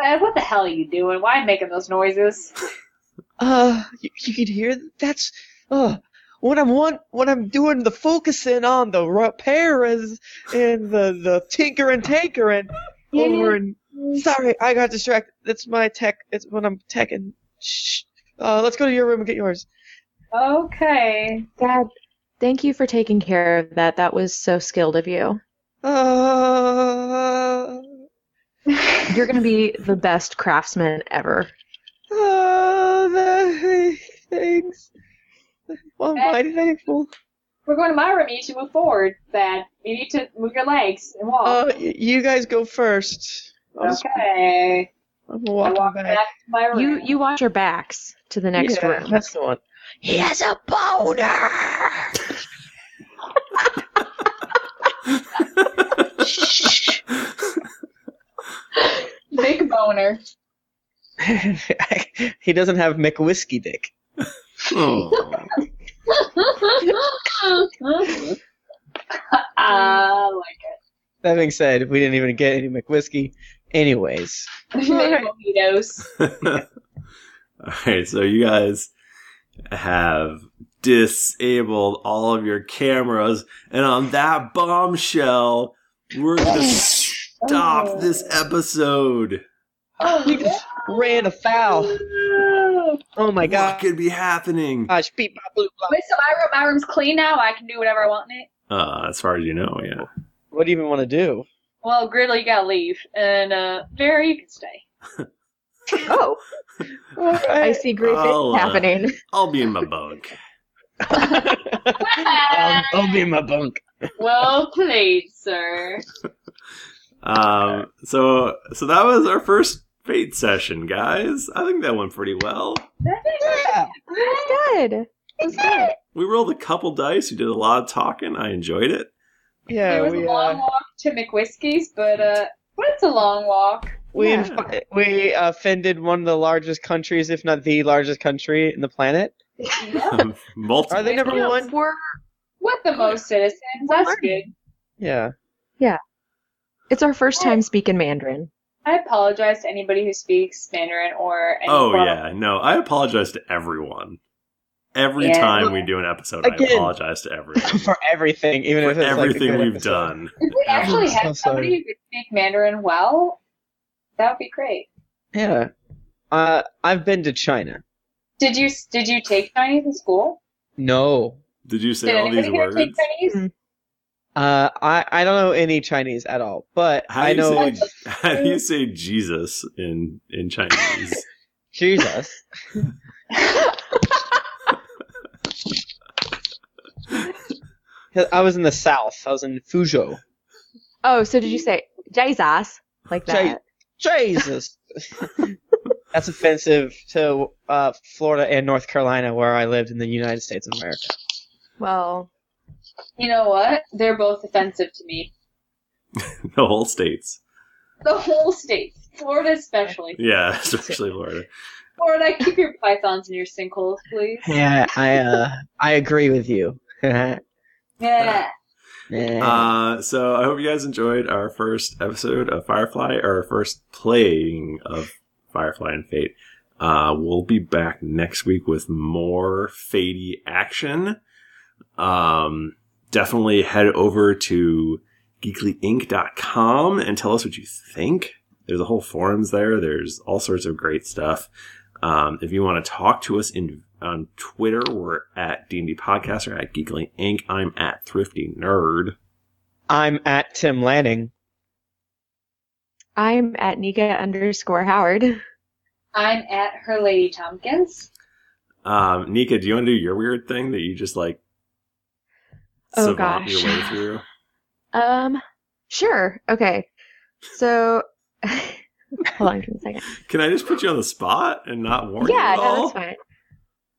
Speaker 4: Dad, what the hell are you doing? Why making those noises?
Speaker 2: Uh, you, you could hear th- that's uh what I'm want what I'm doing the focusing on the repairers and the the tinker and tanker and over and sorry I got distracted. It's my tech. It's when I'm teching. Shh. Uh, let's go to your room and get yours.
Speaker 4: Okay.
Speaker 5: Thad, thank you for taking care of that. That was so skilled of you.
Speaker 2: Uh,
Speaker 5: You're gonna be the best craftsman ever.
Speaker 2: uh, the, thanks. Well, I'm mighty thankful.
Speaker 4: We're going to my room. You need to move forward, Thad. You need to move your legs and walk.
Speaker 2: Uh, y- you guys go first. I'm, s-
Speaker 4: Oh. okay.
Speaker 2: I'm
Speaker 4: I
Speaker 2: walking
Speaker 4: walk back
Speaker 2: back.
Speaker 4: to my room.
Speaker 5: You you watch your backs to the next
Speaker 2: yeah,
Speaker 5: room.
Speaker 2: That's the one. He has a boner.
Speaker 4: Big boner.
Speaker 2: he doesn't have McWhiskey dick.
Speaker 3: Oh.
Speaker 4: I like
Speaker 2: That being said, we didn't even get any McWhiskey. Anyways,
Speaker 4: it. Made mojitos.
Speaker 3: All right, so you guys have disabled all of your cameras, and on that bombshell, we're gonna stop this episode.
Speaker 2: we just ran afoul. Oh my
Speaker 3: What
Speaker 2: gosh!
Speaker 3: could be happening?
Speaker 2: Beep, bop, bloop, bop.
Speaker 4: Wait, so my room, my room's clean now. I can do whatever I want in it.
Speaker 3: Uh, as far as you know, yeah.
Speaker 2: What do you even want to do?
Speaker 4: Well, Griddle, you gotta leave, and uh, Jerry, you can stay.
Speaker 5: Oh, I see great things
Speaker 3: I'll, uh,
Speaker 5: happening.
Speaker 3: I'll be in my bunk.
Speaker 2: I'll, I'll be in my bunk.
Speaker 4: well played, sir.
Speaker 3: Um, so so that was our first fate session, guys. I think that went pretty well.
Speaker 2: Yeah.
Speaker 5: Good.
Speaker 3: We rolled a couple dice. We did a lot of talking. I enjoyed it.
Speaker 4: it
Speaker 2: Yeah,
Speaker 4: was
Speaker 2: we
Speaker 4: a long
Speaker 2: uh,
Speaker 4: walk to McWhiskey's, but uh, but it's a long walk.
Speaker 2: we
Speaker 5: Yeah.
Speaker 2: inf- we offended one of the largest countries, if not the largest country in the planet.
Speaker 4: Yeah.
Speaker 3: Um, Multiple.
Speaker 2: Are they number
Speaker 5: Yeah,
Speaker 2: one?
Speaker 5: we're-
Speaker 4: With the most citizens, that's good.
Speaker 2: Yeah.
Speaker 5: It's our first time speaking Mandarin.
Speaker 4: I apologize to anybody who speaks Mandarin or any
Speaker 3: Oh
Speaker 4: form of-
Speaker 3: yeah, no. I apologize to everyone. Every
Speaker 4: Yeah.
Speaker 3: time we do an episode, I
Speaker 2: Again.
Speaker 3: apologize to everyone
Speaker 2: For everything, even
Speaker 3: for
Speaker 2: if it's
Speaker 3: everything
Speaker 2: like a good
Speaker 3: we've
Speaker 2: episode.
Speaker 3: done.
Speaker 4: If we actually
Speaker 2: I'm
Speaker 4: had
Speaker 2: so sorry.
Speaker 4: somebody who could speak Mandarin well, that would be great.
Speaker 2: Yeah. Uh, I've been to China.
Speaker 4: Did you did you take Chinese in school?
Speaker 2: No.
Speaker 3: Did you say
Speaker 4: did
Speaker 3: all these
Speaker 4: anybody here
Speaker 3: words?
Speaker 4: take Chinese?
Speaker 2: Uh, I, I don't know any Chinese at all, but
Speaker 3: How
Speaker 2: I
Speaker 3: do, you
Speaker 2: know
Speaker 3: say, how do you say Jesus in in Chinese?
Speaker 2: Jesus. I was in the south. I was in Fuzhou.
Speaker 5: Oh, so did you say Jesus like
Speaker 2: Jay-
Speaker 5: that?
Speaker 2: Jesus. That's offensive to uh, Florida and North Carolina, where I lived in the United States of America.
Speaker 5: Well,
Speaker 4: You know what? They're both offensive to me.
Speaker 3: the whole states.
Speaker 4: The whole state, Florida especially.
Speaker 3: Yeah, especially Florida.
Speaker 4: Florida, keep your pythons in your sinkhole, please.
Speaker 2: Yeah, I uh, I agree with you. Yeah.
Speaker 4: Yeah.
Speaker 3: Uh, so I hope you guys enjoyed our first episode of Firefly, or our first playing of Firefly and Fate. Uh, we'll be back next week with more Fatey action. Um, definitely head over to geeklyinc.com and tell us what you think. There's a whole forums there. There's all sorts of great stuff. Um, if you want to talk to us in on Twitter, we're at D&D Podcast or at Geekly Inc. I'm at Thrifty Nerd.
Speaker 2: I'm at Tim Lanning.
Speaker 5: I'm at Nika underscore Howard.
Speaker 4: I'm at her lady Tompkins.
Speaker 3: Um, Nika, do you want to do your weird thing that you just like
Speaker 5: Oh,
Speaker 3: savant your
Speaker 5: gosh.
Speaker 3: way through?
Speaker 5: Um, Sure. Okay. So, hold on just a second.
Speaker 3: Can I just put you on the spot and not warn you
Speaker 5: Yeah,
Speaker 3: at
Speaker 5: no,
Speaker 3: all?
Speaker 5: that's fine.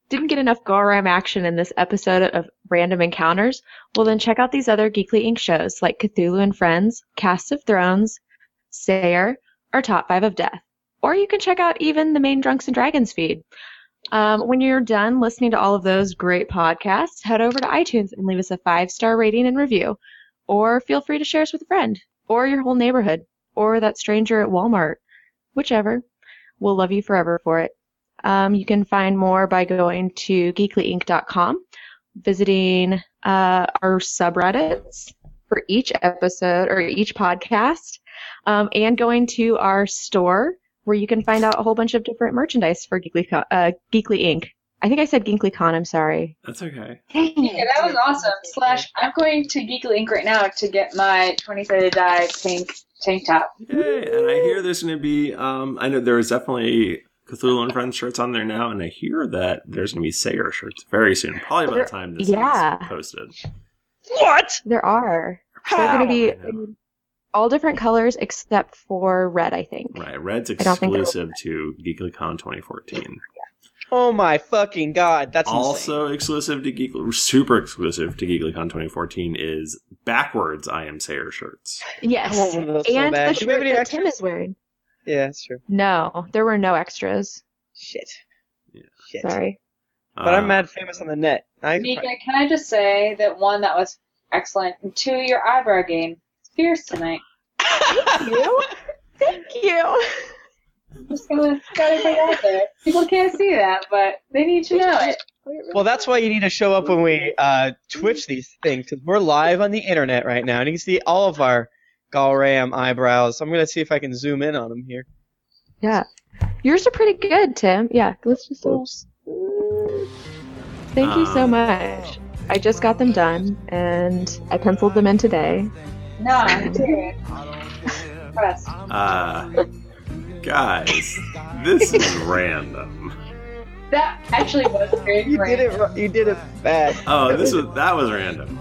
Speaker 5: Didn't get enough Goram action in this episode of Random Encounters? Well, then check out these other Geekly Inc. shows like Cthulhu and Friends, Cast of Thrones, Sayer, or Top 5 of Death. Or you can check out even the main Drunks and Dragons feed. Um, when you're done listening to all of those great podcasts, head over to iTunes and leave us a five star rating and review. Or feel free to share us with a friend, or your whole neighborhood, or that stranger at Walmart. Whichever. We'll love you forever for it. Um, you can find more by going to geeklyinc.com, visiting uh, our subreddits for each episode or each podcast, um, and going to our store where you can find out a whole bunch of different merchandise for Geekly, Co- uh, Geekly Inc. I think I said GeeklyCon, I'm sorry.
Speaker 3: That's okay.
Speaker 6: Yeah, that was awesome. Slash, I'm going to Geekly Inc. right now to get my 20 sided die pink tank top.
Speaker 3: Yay! And I hear there's going to be. Um, I know there's definitely Cthulhu and Friends shirts on there now, and I hear that there's going to be Sayer shirts very soon. Probably by the
Speaker 5: There-
Speaker 3: time this
Speaker 5: yeah.
Speaker 3: is posted.
Speaker 2: What?
Speaker 5: There are. They're
Speaker 2: How?
Speaker 5: going to be
Speaker 3: I know.
Speaker 5: all different colors except for red, I think.
Speaker 3: Right, Red's
Speaker 5: I don't think they're
Speaker 3: exclusive to GeeklyCon 2014.
Speaker 2: Oh my fucking god! That's also
Speaker 3: Also exclusive to Geek, super exclusive to GeeklyCon 2014 is backwards I am Sayer shirts.
Speaker 5: Yes.
Speaker 2: I want one of those so
Speaker 5: and
Speaker 2: bad.
Speaker 5: the
Speaker 2: Do we have
Speaker 5: shirt
Speaker 2: any
Speaker 5: that
Speaker 2: extras?
Speaker 5: Tim is wearing.
Speaker 2: insane. yeah, that's true.
Speaker 5: No, there were no extras.
Speaker 2: Shit.
Speaker 3: Yeah.
Speaker 2: Shit.
Speaker 5: Sorry.
Speaker 2: But I'm
Speaker 3: Uh,
Speaker 2: mad famous on the net. I,
Speaker 6: Mika, can I just say that one, that was excellent, and two, your eyebrow game. It's fierce tonight.
Speaker 5: you? Thank you.
Speaker 6: just gonna gotta put it out there. People can't see that, but they need to know it.
Speaker 2: well, that's why you need to show up when we uh, Twitch these things because we're live on the internet right now, and you can see all of our Galram eyebrows. I'm gonna see if I can zoom in on them here.
Speaker 5: Yeah. Yours are pretty good, Tim. Yeah, let's just. Thank you so
Speaker 3: Um,
Speaker 5: much. I just got them done and I penciled them in today.
Speaker 6: No, I'm serious. Impressed.
Speaker 3: Uh, guys, this is random.
Speaker 6: That actually was very
Speaker 2: You
Speaker 6: great.
Speaker 2: did it. ru- You did it bad.
Speaker 3: Oh, this was that was random.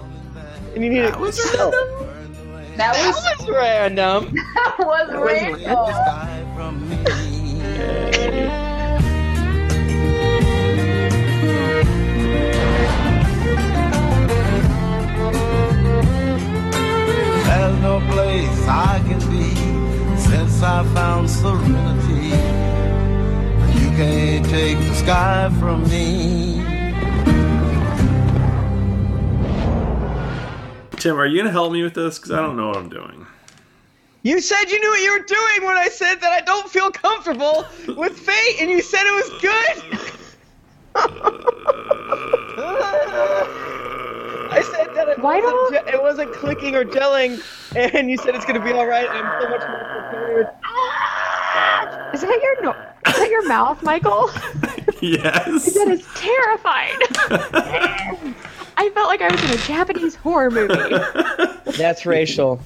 Speaker 2: And you need
Speaker 3: That
Speaker 2: to-
Speaker 3: was
Speaker 2: so-
Speaker 6: That
Speaker 2: That
Speaker 6: was
Speaker 2: was random.
Speaker 6: that was
Speaker 3: That was
Speaker 6: random.
Speaker 1: There's no place I can be since I found serenity. You can't take the sky from me.
Speaker 3: Tim, are you gonna help me with this? Because I don't know what I'm doing.
Speaker 2: You said you knew what you were doing when I said that I don't feel comfortable with fate, and you said it was good. I said that it,
Speaker 5: Why
Speaker 2: wasn't,
Speaker 5: don't-
Speaker 2: ge- it wasn't clicking or gelling, and you said it's gonna be all right. I'm so much more prepared.
Speaker 5: Is that your no- is that your mouth, Michael?
Speaker 3: Yes.
Speaker 5: That is terrifying. I felt like I was in a Japanese horror movie.
Speaker 2: That's racial.